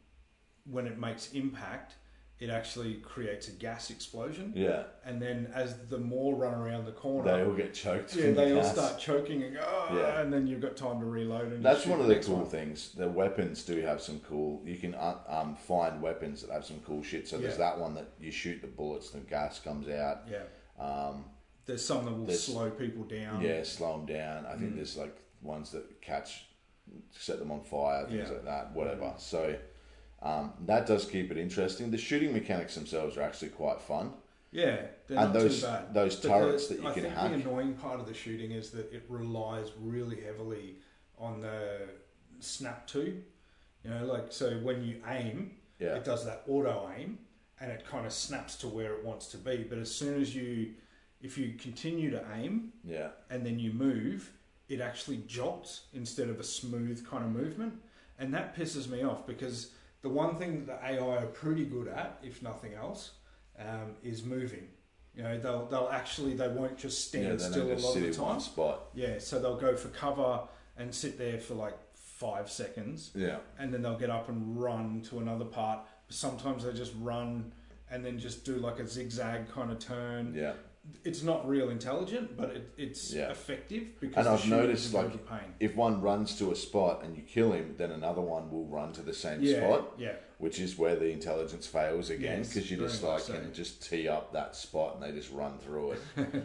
Speaker 3: when it makes impact, it actually creates a gas explosion,
Speaker 4: yeah,
Speaker 3: and then as the more run around the corner,
Speaker 4: they all get choked.
Speaker 3: yeah,
Speaker 4: from the
Speaker 3: they all
Speaker 4: gas.
Speaker 3: start choking and go, "Ah,"
Speaker 4: Yeah.
Speaker 3: and then you've got time to reload. And
Speaker 4: That's
Speaker 3: shoot
Speaker 4: one of
Speaker 3: the
Speaker 4: the
Speaker 3: next
Speaker 4: cool
Speaker 3: one.
Speaker 4: things. The weapons do have some cool. You can uh, um, find weapons that have some cool shit. So there's
Speaker 3: Yeah.
Speaker 4: that one that you shoot the bullets, the gas comes out.
Speaker 3: Yeah,
Speaker 4: Um,
Speaker 3: there's some that will
Speaker 4: There's-
Speaker 3: slow people down.
Speaker 4: yeah, slow them down. I
Speaker 3: Mm.
Speaker 4: think there's like ones that catch, set them on fire, things
Speaker 3: Yeah. Mm-hmm.
Speaker 4: like that. Whatever. So um, that does keep it interesting. The shooting mechanics themselves are actually quite fun.
Speaker 3: yeah, they're not
Speaker 4: And those-
Speaker 3: too bad.
Speaker 4: those
Speaker 3: the-
Speaker 4: turrets that you
Speaker 3: I
Speaker 4: can
Speaker 3: think
Speaker 4: hack.
Speaker 3: The annoying part of the shooting is that it relies really heavily on the snap to. You know, like so when you aim,
Speaker 4: Yeah.
Speaker 3: it does that auto aim, and it kind of snaps to where it wants to be. But as soon as you, if you continue to aim
Speaker 4: Yeah,
Speaker 3: and then you move, it actually jolts instead of a smooth kind of movement, and that pisses me off because the one thing that the AI are pretty good at, if nothing else, um, is moving. You know, they'll they'll actually they won't just stand
Speaker 4: yeah. They
Speaker 3: still
Speaker 4: don't
Speaker 3: a
Speaker 4: just
Speaker 3: lot
Speaker 4: sit
Speaker 3: of the
Speaker 4: in one
Speaker 3: time.
Speaker 4: spot.
Speaker 3: Yeah, so they'll go for cover and sit there for like five seconds,
Speaker 4: Yeah,
Speaker 3: and then they'll get up and run to another part. Sometimes they just run and then just do like a zigzag kind of turn
Speaker 4: yeah.
Speaker 3: it's not real intelligent, but it, it's
Speaker 4: Yeah.
Speaker 3: effective because
Speaker 4: And
Speaker 3: the
Speaker 4: I've
Speaker 3: shooter
Speaker 4: noticed
Speaker 3: doesn't
Speaker 4: like
Speaker 3: go to pain.
Speaker 4: if one runs to a spot and you kill him, then another one will run to the same
Speaker 3: Yeah,
Speaker 4: spot.
Speaker 3: yeah, [laughs]
Speaker 4: which is where the intelligence fails again
Speaker 3: Yes,
Speaker 4: because you
Speaker 3: very
Speaker 4: just
Speaker 3: much
Speaker 4: like
Speaker 3: so.
Speaker 4: can just tee up that spot and they just run
Speaker 3: [laughs]
Speaker 4: through it.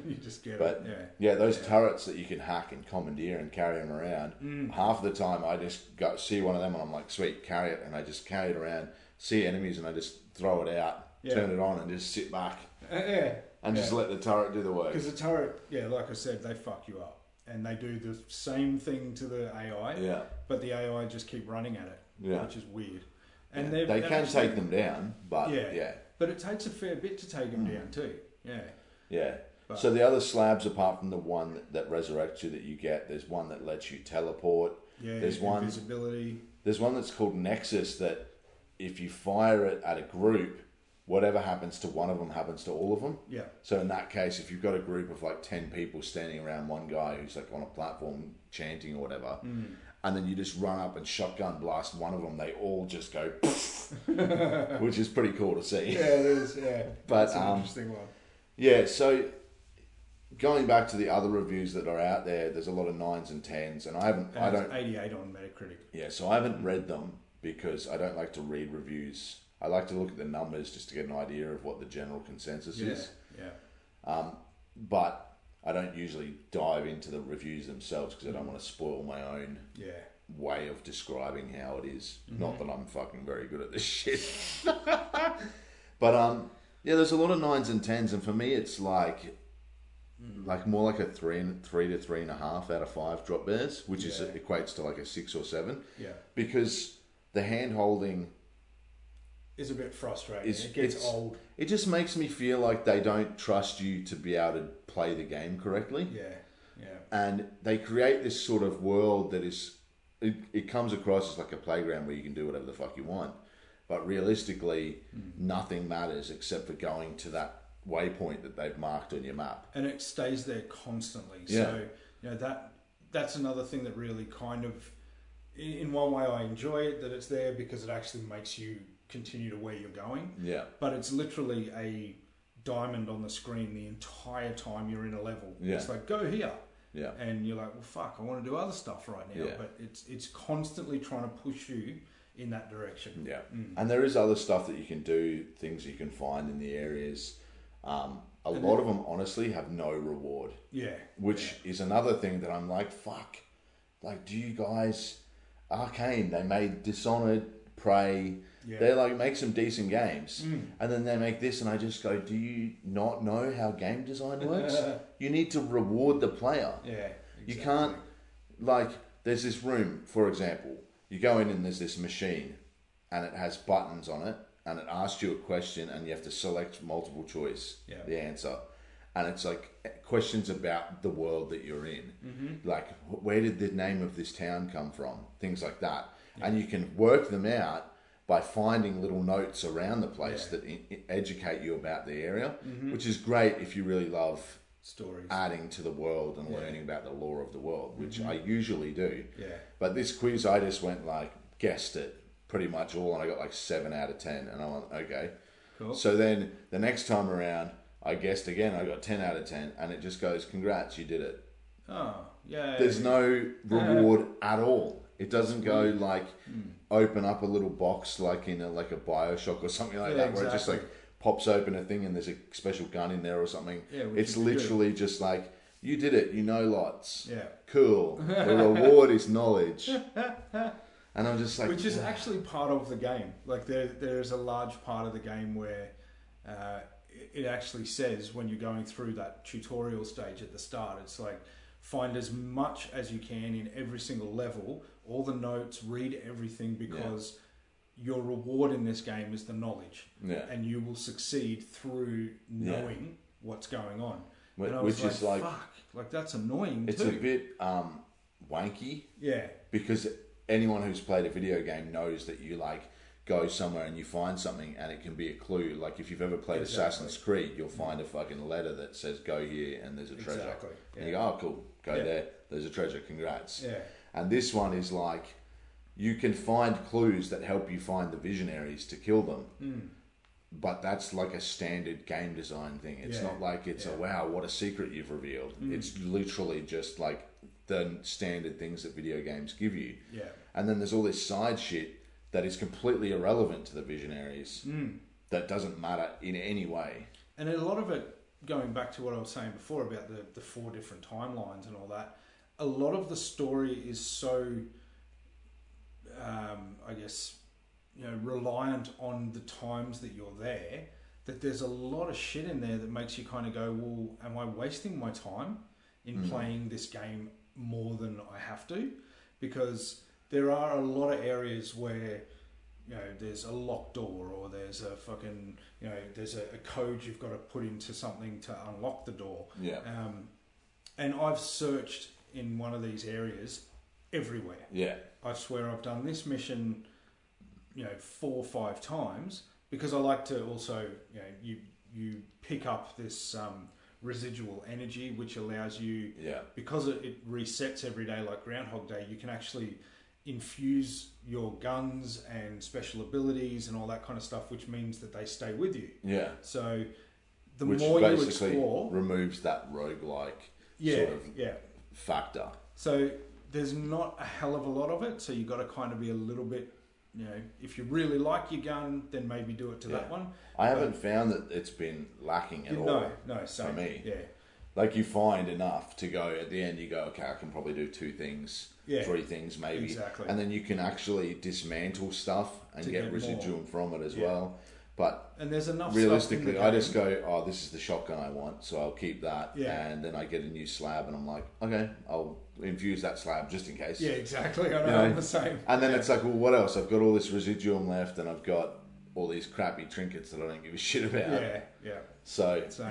Speaker 3: you just get
Speaker 4: But
Speaker 3: it.
Speaker 4: yeah, those turrets that you can hack and commandeer and carry them around.
Speaker 3: Mm.
Speaker 4: Half the time, I just go see one of them and I'm like, sweet, carry it, and I just carry it around. See enemies and I just throw it out,
Speaker 3: Yeah.
Speaker 4: turn it on, and just sit back
Speaker 3: Yeah, Uh, yeah,
Speaker 4: and just let the turret do the work.
Speaker 3: because the turret, yeah, like I said, they fuck you up, and they do the same thing to the AI.
Speaker 4: Yeah.
Speaker 3: but the AI just keep running at it.
Speaker 4: Yeah.
Speaker 3: which is weird. And
Speaker 4: they
Speaker 3: they're-
Speaker 4: can
Speaker 3: they're actually-
Speaker 4: take them down, but
Speaker 3: Yeah,
Speaker 4: yeah, Mm.
Speaker 3: but it takes a fair bit to take them down too. Yeah,
Speaker 4: Yeah.
Speaker 3: But-
Speaker 4: so the other slabs, apart from the one that, that resurrects you that you get, there's one that lets you teleport.
Speaker 3: yeah.
Speaker 4: there's one.
Speaker 3: invisibility.
Speaker 4: There's one that's called Nexus that if you fire it at a group, whatever happens to one of them happens to all of them.
Speaker 3: Yeah.
Speaker 4: So in that case, if you've got a group of like ten people standing around one guy who's like on a platform chanting or whatever,
Speaker 3: Mm.
Speaker 4: and then you just run up and shotgun blast one of them, they all just go, [laughs] which is pretty cool to see.
Speaker 3: Yeah, it is. Yeah,
Speaker 4: But,
Speaker 3: That's an
Speaker 4: um,
Speaker 3: interesting one.
Speaker 4: Yeah, so going back to the other reviews that are out there, there's a lot of nines and tens, and I haven't, I
Speaker 3: And it's
Speaker 4: don't,
Speaker 3: 88 on Metacritic.
Speaker 4: yeah, so I haven't read them because I don't like to read reviews. I like to look at the numbers just to get an idea of what the general consensus
Speaker 3: Yeah,
Speaker 4: is,
Speaker 3: yeah,
Speaker 4: but I don't usually dive into the reviews themselves because I don't want to spoil my own
Speaker 3: yeah.
Speaker 4: way of describing how it is.
Speaker 3: Mm-hmm.
Speaker 4: Not that I'm fucking very good at this shit. [laughs] but um yeah, there's a lot of nines and tens and for me it's like
Speaker 3: Mm-hmm.
Speaker 4: like more like a three and three to three and a half out of five drop bears, which is
Speaker 3: Yeah.
Speaker 4: equates to like a six or seven.
Speaker 3: Yeah.
Speaker 4: Because the hand holding
Speaker 3: It's a bit frustrating.
Speaker 4: is
Speaker 3: it gets
Speaker 4: it's-
Speaker 3: old.
Speaker 4: It just makes me feel like they don't trust you to be able to play the game correctly
Speaker 3: Yeah, yeah.
Speaker 4: and they create this sort of world that is it, it comes across as like a playground where you can do whatever the fuck you want but realistically
Speaker 3: Hmm.
Speaker 4: nothing matters except for going to that waypoint that they've marked on your map
Speaker 3: and it stays there constantly.
Speaker 4: Yeah.
Speaker 3: So you know that that's another thing that really kind of, in in one way, I enjoy it that it's there because it actually makes you continue to where you're going.
Speaker 4: yeah
Speaker 3: But it's literally a diamond on the screen the entire time you're in a level.
Speaker 4: Yeah.
Speaker 3: It's like go here.
Speaker 4: yeah
Speaker 3: And you're like, well, fuck, I want to do other stuff right now.
Speaker 4: Yeah.
Speaker 3: But it's it's constantly trying to push you in that direction.
Speaker 4: yeah and there is other stuff that you can do things you can find in the areas um, a lot of them honestly have no reward
Speaker 3: Yeah.
Speaker 4: which is another thing that I'm like, fuck. Like, do you guys, Arcane? They made Dishonored, Prey.
Speaker 3: Yeah. Mm.
Speaker 4: They like make some decent games, and then they make this, and I just go, do you not know how game design
Speaker 3: [laughs]
Speaker 4: works? you need to reward the player.
Speaker 3: Yeah. exactly.
Speaker 4: You can't like there's this room, for example. You go in and there's this machine and it has buttons on it and it asks you a question and you have to select multiple choice
Speaker 3: Yeah.
Speaker 4: the answer. And it's like eh, questions about the world that you're in.
Speaker 3: Mm-hmm.
Speaker 4: Like wh- where did the name of this town come from? Things like that. And you can work them out by finding little notes around the place
Speaker 3: Yeah. Mm-hmm.
Speaker 4: that in- in- educate you about the area, which is great if you really love
Speaker 3: Stories.
Speaker 4: adding to the world and learning about the law of the world, which I usually do.
Speaker 3: Yeah.
Speaker 4: But this quiz, I just went like guessed it pretty much all, and I got like seven out of ten, and I went okay.
Speaker 3: Cool.
Speaker 4: So then the next time around, I guessed again. I got ten out of ten, and it just goes, "Congrats, you did it."
Speaker 3: oh, yeah.
Speaker 4: There's no reward at all. It doesn't go
Speaker 3: Hmm.
Speaker 4: like open up a little box like in a, like a Bioshock or something like
Speaker 3: Yeah,
Speaker 4: that, where it just
Speaker 3: exactly.
Speaker 4: like pops open a thing and there's a special gun in there or something.
Speaker 3: Yeah, which
Speaker 4: it's
Speaker 3: you could do.
Speaker 4: literally just like you did it. You know lots.
Speaker 3: Yeah.
Speaker 4: cool.
Speaker 3: [laughs]
Speaker 4: The reward is knowledge. And I'm just like,
Speaker 3: which is actually part of the game. Like there, there is a large part of the game where uh, it- it actually says when you're going through that tutorial stage at the start, it's like find as much as you can in every single level, all the notes, read everything because. Your reward in this game is the knowledge,
Speaker 4: Yeah.
Speaker 3: and you will succeed through knowing what's going on.
Speaker 4: Wh-
Speaker 3: and I
Speaker 4: which is like-
Speaker 3: fuck, like that's annoying
Speaker 4: it's
Speaker 3: too.
Speaker 4: a bit um, wanky
Speaker 3: yeah,
Speaker 4: because anyone who's played a video game knows that you like go somewhere and you find something and it can be a clue like if you've ever played
Speaker 3: Exactly.
Speaker 4: assassin's creed you'll find a fucking letter that says go here and there's a treasure
Speaker 3: Exactly,
Speaker 4: and you go oh cool go
Speaker 3: Yeah.
Speaker 4: there there's a treasure congrats
Speaker 3: Yeah.
Speaker 4: and this one is like you can find clues that help you find the visionaries to kill them
Speaker 3: Hmm.
Speaker 4: but that's like a standard game design thing it's
Speaker 3: Yeah. Mm.
Speaker 4: not like it's a wow what a secret you've revealed it's literally just like the standard things that video games give you
Speaker 3: Yeah.
Speaker 4: and then there's all this side shit that is completely irrelevant to the visionaries
Speaker 3: Mm.
Speaker 4: that doesn't matter in any way
Speaker 3: And a lot of it, going back to what I was saying before about the, the four different timelines and all that, a lot of the story is so, um, I guess, you know, reliant on the times that you're there that there's a lot of shit in there that makes you kind of go, well, am I wasting my time in playing this game more than I have to? Because there are a lot of areas where you know, there's a locked door or there's a fucking, you know, there's a, a code you've got to put into something to unlock the door.
Speaker 4: Yeah.
Speaker 3: Um, and I've searched in one of these areas everywhere.
Speaker 4: yeah
Speaker 3: I swear I've done this mission, you know, four or five times, because I like to also you know you you pick up this um, residual energy which allows you
Speaker 4: Yeah.
Speaker 3: because it, it resets every day like Groundhog Day, you can actually infuse your guns and special abilities and all that kind of stuff, which means that they stay with you.
Speaker 4: Yeah.
Speaker 3: So the
Speaker 4: Which
Speaker 3: more you
Speaker 4: basically
Speaker 3: explore,
Speaker 4: removes that roguelike
Speaker 3: yeah,
Speaker 4: sort of
Speaker 3: yeah.
Speaker 4: factor.
Speaker 3: So there's not a hell of a lot of it. So you've got to kind of be a little bit, you know, if you really like your gun, then maybe do it to
Speaker 4: Yeah.
Speaker 3: that one.
Speaker 4: I haven't found that it's been lacking at all.
Speaker 3: No, no, same.
Speaker 4: me.
Speaker 3: Yeah,
Speaker 4: Like you find enough to go at the end. You go, okay, I can probably do two things,
Speaker 3: Yeah.
Speaker 4: three things, maybe,
Speaker 3: Exactly.
Speaker 4: and then you can actually dismantle stuff and
Speaker 3: To
Speaker 4: get,
Speaker 3: get
Speaker 4: residual from it as
Speaker 3: Yeah.
Speaker 4: well. But
Speaker 3: and there's enough.
Speaker 4: realistically,
Speaker 3: stuff in the
Speaker 4: I
Speaker 3: game.
Speaker 4: just go, oh, this is the shotgun I want, so I'll keep that,
Speaker 3: Yeah.
Speaker 4: and then I get a new slab, and I'm like, okay, I'll infuse that slab just in case.
Speaker 3: Yeah, exactly. I know.
Speaker 4: Yeah.
Speaker 3: I'm the same.
Speaker 4: And then
Speaker 3: Yeah.
Speaker 4: it's like, well, what else? I've got all this residuum left, and I've got all these crappy trinkets that I don't give a [laughs] shit about.
Speaker 3: yeah, yeah.
Speaker 4: So
Speaker 3: So,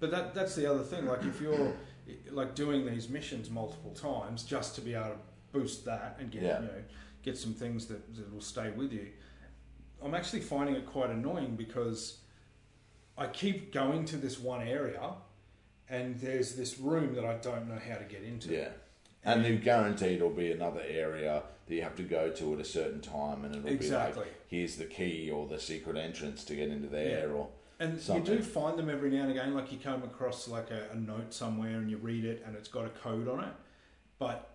Speaker 3: but that that's the other thing. Like if you're like doing these missions multiple times just to be able to boost that and get
Speaker 4: Yeah.
Speaker 3: you know get some things that, that will stay with you. I'm actually finding it quite annoying because I keep going to this one area and there's this room that I don't know how to get into.
Speaker 4: Yeah. And you guaranteed there'll be another area that you have to go to at a certain time, and it'll be
Speaker 3: Exactly.
Speaker 4: like, here's the key or the secret entrance to get into there.
Speaker 3: Yeah.
Speaker 4: Or
Speaker 3: And
Speaker 4: Something.
Speaker 3: you do find them every now and again, like you come across like a, a note somewhere and you read it and it's got a code on it. But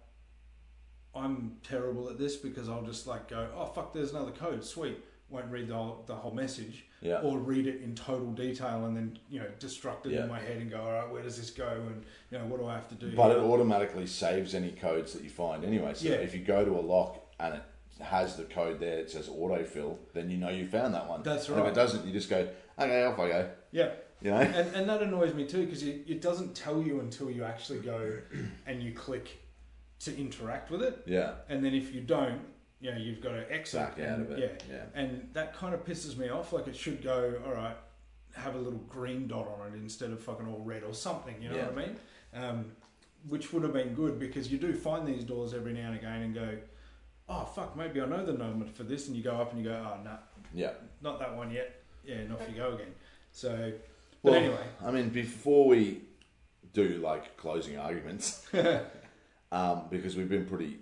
Speaker 3: I'm terrible at this because I'll just like go, oh fuck, there's another code, sweet. Won't read the whole, the whole message
Speaker 4: Yeah.
Speaker 3: or read it in total detail and then, you know, destruct it
Speaker 4: Yeah.
Speaker 3: in my head and go, all right, where does this go? And, you know, what do I have to do?
Speaker 4: But
Speaker 3: here?
Speaker 4: it automatically saves any codes that you find anyway. So
Speaker 3: Yeah.
Speaker 4: if you go to a lock and it has the code there, it says autofill, then you know you found that one.
Speaker 3: That's
Speaker 4: And if it
Speaker 3: right.
Speaker 4: doesn't, you just go, okay, off I go.
Speaker 3: yeah.
Speaker 4: You know?
Speaker 3: And, and that annoys me too because it, it doesn't tell you until you actually go [clears throat] and you click to interact with it.
Speaker 4: Yeah.
Speaker 3: and then if you don't, you know, you've got to exit
Speaker 4: Back out
Speaker 3: and,
Speaker 4: of it,
Speaker 3: Yeah.
Speaker 4: yeah.
Speaker 3: and that kind of pisses me off. Like it should go, all right, have a little green dot on it instead of fucking all red or something. You know
Speaker 4: Yeah.
Speaker 3: what I mean? Um, which would have been good because you do find these doors every now and again and go, oh fuck, maybe I know the number for this, and you go up and you go, oh no,
Speaker 4: Yeah.
Speaker 3: not that one yet. Yeah, and off you go again. So, but
Speaker 4: Well,
Speaker 3: anyway,
Speaker 4: I mean, before we do like closing
Speaker 3: [laughs]
Speaker 4: arguments, um, because we've been pretty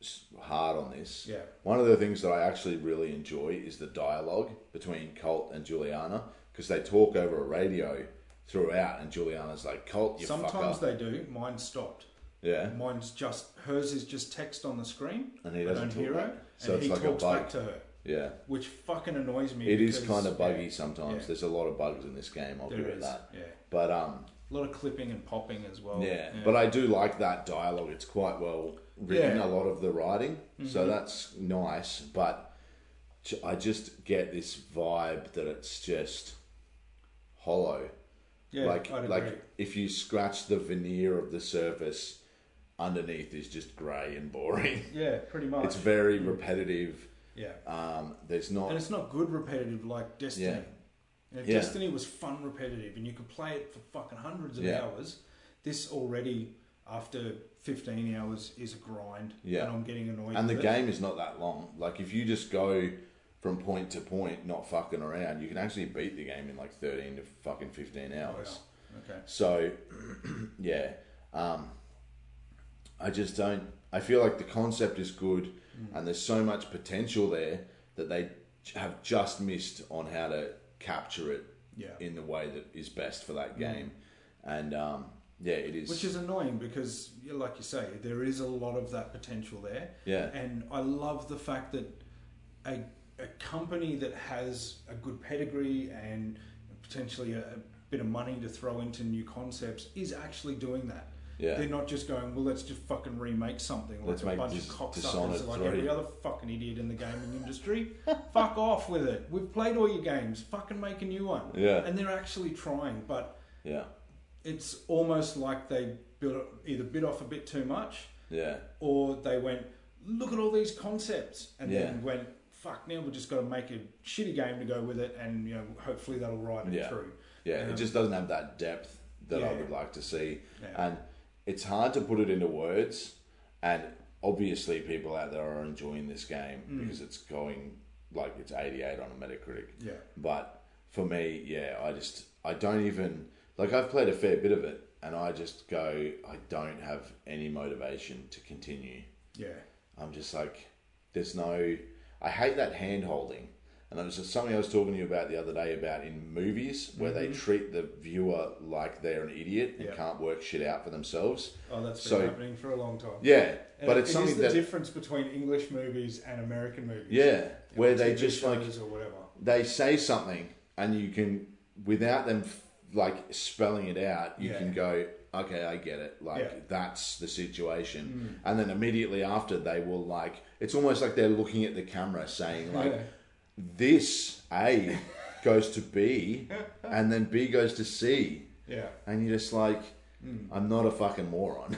Speaker 4: s- hard on this.
Speaker 3: Yeah.
Speaker 4: One of the things that I actually really enjoy is the dialogue between Colt and Juliana because they talk over a radio throughout, and Juliana's like, "Colt, you
Speaker 3: sometimes
Speaker 4: fucker."
Speaker 3: they do. Mine stopped.
Speaker 4: yeah.
Speaker 3: Mine's just hers is just text on the screen.
Speaker 4: And he
Speaker 3: I
Speaker 4: doesn't
Speaker 3: don't
Speaker 4: talk
Speaker 3: hear
Speaker 4: back.
Speaker 3: her,
Speaker 4: So
Speaker 3: and
Speaker 4: it's
Speaker 3: he
Speaker 4: like a
Speaker 3: talks back
Speaker 4: bug.
Speaker 3: to her,
Speaker 4: Yeah.
Speaker 3: which fucking annoys me.
Speaker 4: It is
Speaker 3: because-
Speaker 4: kind of buggy
Speaker 3: yeah,
Speaker 4: sometimes.
Speaker 3: yeah.
Speaker 4: There's a lot of bugs in this game. I'll give
Speaker 3: There
Speaker 4: it
Speaker 3: is,
Speaker 4: that.
Speaker 3: yeah,
Speaker 4: But um,
Speaker 3: a lot of clipping and popping as well.
Speaker 4: Yeah, but I do like that dialogue. It's quite well written.
Speaker 3: Yeah. Mm-hmm.
Speaker 4: A lot of the writing, so that's nice. But j- I just get this vibe that it's just hollow.
Speaker 3: yeah,
Speaker 4: like
Speaker 3: I'd
Speaker 4: like
Speaker 3: agree.
Speaker 4: if you scratch the veneer of the surface, underneath is just grey and boring. [laughs]
Speaker 3: yeah, pretty much.
Speaker 4: It's very repetitive.
Speaker 3: yeah,
Speaker 4: Um, there's not
Speaker 3: and it's not good repetitive like Destiny.
Speaker 4: Yeah.
Speaker 3: You know,
Speaker 4: Yeah.
Speaker 3: Destiny was fun repetitive, and you could play it for fucking hundreds of
Speaker 4: Yeah.
Speaker 3: hours. This already after fifteen hours is a grind.
Speaker 4: Yeah.
Speaker 3: and I'm getting annoyed.
Speaker 4: And the
Speaker 3: with it.
Speaker 4: game is not that long. Like if you just go from point to point, not fucking around, you can actually beat the game in like thirteen to fucking fifteen
Speaker 3: Wow.
Speaker 4: hours.
Speaker 3: Oh, Okay.
Speaker 4: So [clears throat] yeah, um, I just don't. I feel like the concept is good,
Speaker 3: Mm.
Speaker 4: and there's so much potential there that they j- have just missed on how to capture it
Speaker 3: Yeah. Mm.
Speaker 4: in the way that is best for that game. And um, yeah, it is.
Speaker 3: Which is annoying because, yeah, like you say, there is a lot of that potential there.
Speaker 4: Yeah.
Speaker 3: And I love the fact that a, a company that has a good pedigree and potentially a, a bit of money to throw into new concepts is actually doing that.
Speaker 4: Yeah.
Speaker 3: They're not just going, well, let's just fucking remake something like
Speaker 4: Let's
Speaker 3: a
Speaker 4: make
Speaker 3: bunch
Speaker 4: Dis-
Speaker 3: of cocksuckers
Speaker 4: Dishonored
Speaker 3: like
Speaker 4: 3.
Speaker 3: every other fucking idiot in the gaming industry. [laughs] Fuck off with it. We've played all your games. Fucking make a new one.
Speaker 4: Yeah.
Speaker 3: And they're actually trying, but
Speaker 4: yeah,
Speaker 3: it's almost like they built, either bit off a bit too much
Speaker 4: yeah,
Speaker 3: or they went, look at all these concepts, and
Speaker 4: Yeah.
Speaker 3: then went, fuck, now we've just got to make a shitty game to go with it, and you know, hopefully that'll ride it
Speaker 4: Yeah.
Speaker 3: through.
Speaker 4: yeah. it
Speaker 3: Um,
Speaker 4: just doesn't have that depth that I
Speaker 3: Yeah.
Speaker 4: would like to see.
Speaker 3: Yeah.
Speaker 4: And it's hard to put it into
Speaker 3: Mm.
Speaker 4: words. And obviously, people out there are enjoying this game because it's going like it's 88 on a Metacritic.
Speaker 3: Yeah.
Speaker 4: But for me, yeah, I just I don't even like I've played a fair bit of it, and I just go I don't have any motivation to continue.
Speaker 3: Yeah.
Speaker 4: I'm just like, there's no. I hate that hand holding. And it was just something I was talking to you about the other day about in movies where they treat the viewer like they're an idiot and
Speaker 3: Mm-hmm. Yeah.
Speaker 4: can't work shit out for themselves.
Speaker 3: Oh, that's been
Speaker 4: So-
Speaker 3: happening for a long time.
Speaker 4: Yeah,
Speaker 3: And
Speaker 4: but
Speaker 3: it-
Speaker 4: it's
Speaker 3: it is
Speaker 4: something
Speaker 3: the
Speaker 4: that
Speaker 3: difference between English movies and American movies.
Speaker 4: yeah,
Speaker 3: And
Speaker 4: where
Speaker 3: TV
Speaker 4: they just like
Speaker 3: shows or whatever.
Speaker 4: they say something and you can without them like spelling it out you
Speaker 3: Yeah.
Speaker 4: can go okay i get it like
Speaker 3: Yeah. Mm.
Speaker 4: that's the situation and then immediately after they will like it's almost like they're looking at the camera saying like
Speaker 3: Yeah.
Speaker 4: this a goes to b and then b goes to c
Speaker 3: Yeah.
Speaker 4: and you're just like
Speaker 3: Hmm.
Speaker 4: i'm not a
Speaker 3: [laughs]
Speaker 4: fucking moron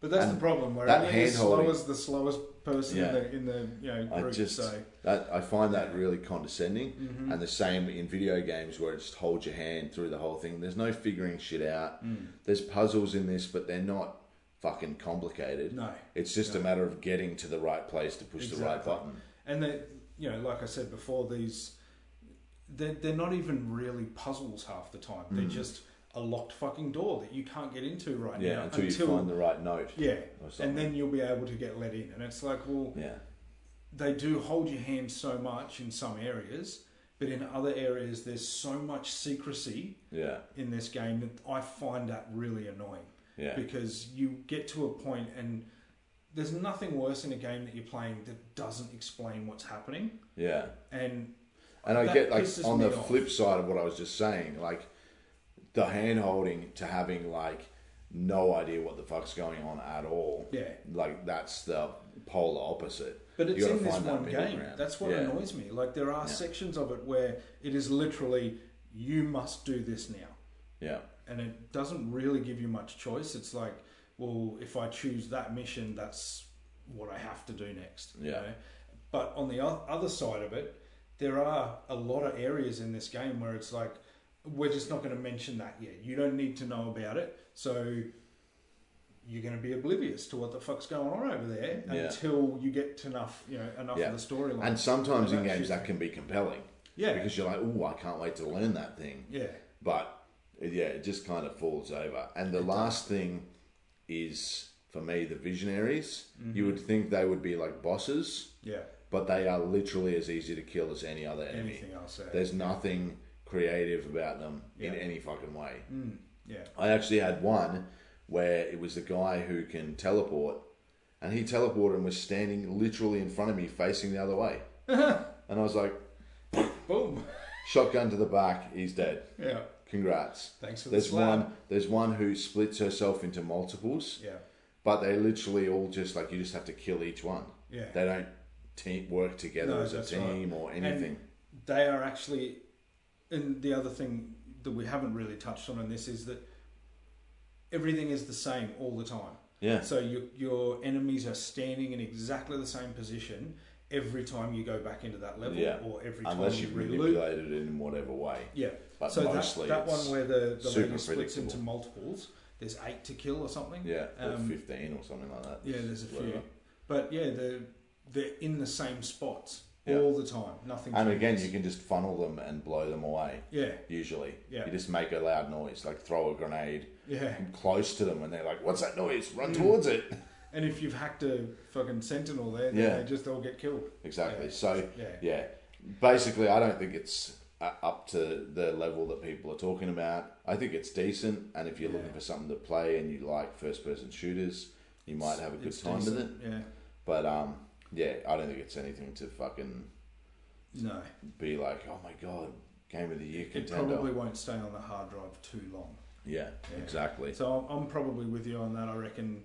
Speaker 3: But that's
Speaker 4: And
Speaker 3: the problem. We're
Speaker 4: that
Speaker 3: only as slow
Speaker 4: hand-holding-
Speaker 3: as the slowest person
Speaker 4: Yeah.
Speaker 3: in the in the you know
Speaker 4: I
Speaker 3: group.
Speaker 4: just
Speaker 3: so
Speaker 4: that, I find that really condescending,
Speaker 3: Mm-hmm.
Speaker 4: and the same in video games where it just holds your hand through the whole thing. There's no figuring shit out.
Speaker 3: Hmm.
Speaker 4: There's puzzles in this, but they're not fucking complicated.
Speaker 3: no.
Speaker 4: It's just a matter of getting to the right place to push the right
Speaker 3: Exactly.
Speaker 4: button.
Speaker 3: And they, you know, like I said before, these they're, they're not even really puzzles half the time.
Speaker 4: Hmm.
Speaker 3: They're just a locked fucking door that you can't get into right
Speaker 4: Yeah,
Speaker 3: now
Speaker 4: until, you find the right note.
Speaker 3: yeah,
Speaker 4: or something.
Speaker 3: and then you'll be able to get let in. And it's like, well,
Speaker 4: yeah,
Speaker 3: they do hold your hand so much in some areas, but in other areas, there's so much secrecy
Speaker 4: yeah,
Speaker 3: in this game that I find that really annoying
Speaker 4: yeah,
Speaker 3: because you get to a point and there's nothing worse in a game that you're playing that doesn't explain what's happening
Speaker 4: yeah.
Speaker 3: and
Speaker 4: And I
Speaker 3: That
Speaker 4: get like
Speaker 3: pisses
Speaker 4: on the
Speaker 3: me off.
Speaker 4: flip side of what I was just saying, like the hand holding to having like no idea what the fuck's going on at all.
Speaker 3: Yeah.
Speaker 4: Like that's the polar opposite.
Speaker 3: But
Speaker 4: You
Speaker 3: it's
Speaker 4: gotta
Speaker 3: in this
Speaker 4: find that
Speaker 3: one
Speaker 4: middle
Speaker 3: game.
Speaker 4: ground.
Speaker 3: That's what
Speaker 4: Yeah.
Speaker 3: annoys me. Like there are sections of it where it is literally you must do this now,
Speaker 4: Yeah.
Speaker 3: and it doesn't really give you much choice. It's like, well, if I choose that mission, that's what I have to do next. you
Speaker 4: Yeah.
Speaker 3: know? But on the o- other side of it, there are a lot of areas in this game where it's like we're just not going to mention that yet. You don't need to know about it, so you're going to be oblivious to what the fuck's going on over there
Speaker 4: Yeah.
Speaker 3: until you get to enough, you know, enough
Speaker 4: Yeah.
Speaker 3: of the storyline.
Speaker 4: And sometimes in
Speaker 3: That shit-
Speaker 4: games that can be compelling.
Speaker 3: Yeah.
Speaker 4: Because you're like, oh, I can't wait to learn that thing.
Speaker 3: yeah,
Speaker 4: But yeah, it just kind of falls over. And the last thing is for me the visionaries.
Speaker 3: Mm-hmm.
Speaker 4: You would think they would be like bosses.
Speaker 3: yeah,
Speaker 4: but they are literally as easy to kill as any other enemy.
Speaker 3: Anything else, yeah.
Speaker 4: There's nothing creative about them in
Speaker 3: Yeah. Mm.
Speaker 4: any fucking way.
Speaker 3: yeah,
Speaker 4: I actually had one where it was the guy who can teleport, and he teleported and was standing literally in front of me, facing the other way.
Speaker 3: [laughs]
Speaker 4: and I was like,
Speaker 3: boom, [laughs]
Speaker 4: shotgun to the back, he's dead.
Speaker 3: yeah,
Speaker 4: Congrats.
Speaker 3: Thanks for the
Speaker 4: there's
Speaker 3: slap.
Speaker 4: one. There's one who splits herself into multiples
Speaker 3: yeah,
Speaker 4: but they literally all just like you just have to kill each one.
Speaker 3: Yeah.
Speaker 4: They don't team work together
Speaker 3: No,
Speaker 4: as a
Speaker 3: that's
Speaker 4: team or anything.
Speaker 3: And they are actually, and the other thing that we haven't really touched on in this is that everything is the same all the time.
Speaker 4: Yeah.
Speaker 3: So you, your enemies are standing in exactly the same position every time you go back into that level,
Speaker 4: yeah.
Speaker 3: or every time
Speaker 4: Unless
Speaker 3: you
Speaker 4: you've
Speaker 3: reloop.
Speaker 4: manipulated it in whatever way.
Speaker 3: Yeah.
Speaker 4: But
Speaker 3: so
Speaker 4: mostly
Speaker 3: that, that
Speaker 4: it's
Speaker 3: one where the, the
Speaker 4: super
Speaker 3: lady splits
Speaker 4: predictable.
Speaker 3: into multiples, there's eight to kill or something.
Speaker 4: Yeah. Or
Speaker 3: Um,
Speaker 4: fifteen or something like that.
Speaker 3: yeah, there's a
Speaker 4: Whatever.
Speaker 3: few. But yeah, they're, they're in the same spots
Speaker 4: Yeah.
Speaker 3: all the time. Nothing.
Speaker 4: And again,
Speaker 3: changes.
Speaker 4: you can just funnel them and blow them away.
Speaker 3: Yeah.
Speaker 4: Usually,
Speaker 3: Yeah.
Speaker 4: you just make a loud noise, like throw a grenade
Speaker 3: Yeah.
Speaker 4: close to them, and they're like, "What's that noise? Run towards it!" [laughs]
Speaker 3: And if you've hacked a fucking sentinel there, then
Speaker 4: Yeah.
Speaker 3: they just all get killed.
Speaker 4: Exactly.
Speaker 3: Yeah.
Speaker 4: So yeah.
Speaker 3: Yeah.
Speaker 4: basically, I don't think it's uh, up to the level that people are talking about. I think it's decent, and if you're looking
Speaker 3: Yeah.
Speaker 4: for something to play and you like first-person shooters, you might have a good
Speaker 3: It's
Speaker 4: time with it.
Speaker 3: decent, Yeah.
Speaker 4: But um, yeah, I don't think it's anything to fucking
Speaker 3: No.
Speaker 4: be like, oh my god, game of the year
Speaker 3: It
Speaker 4: contender.
Speaker 3: probably won't stay on the hard drive too long.
Speaker 4: Yeah,
Speaker 3: Yeah.
Speaker 4: exactly.
Speaker 3: So I'm I'm probably with you on that. I reckon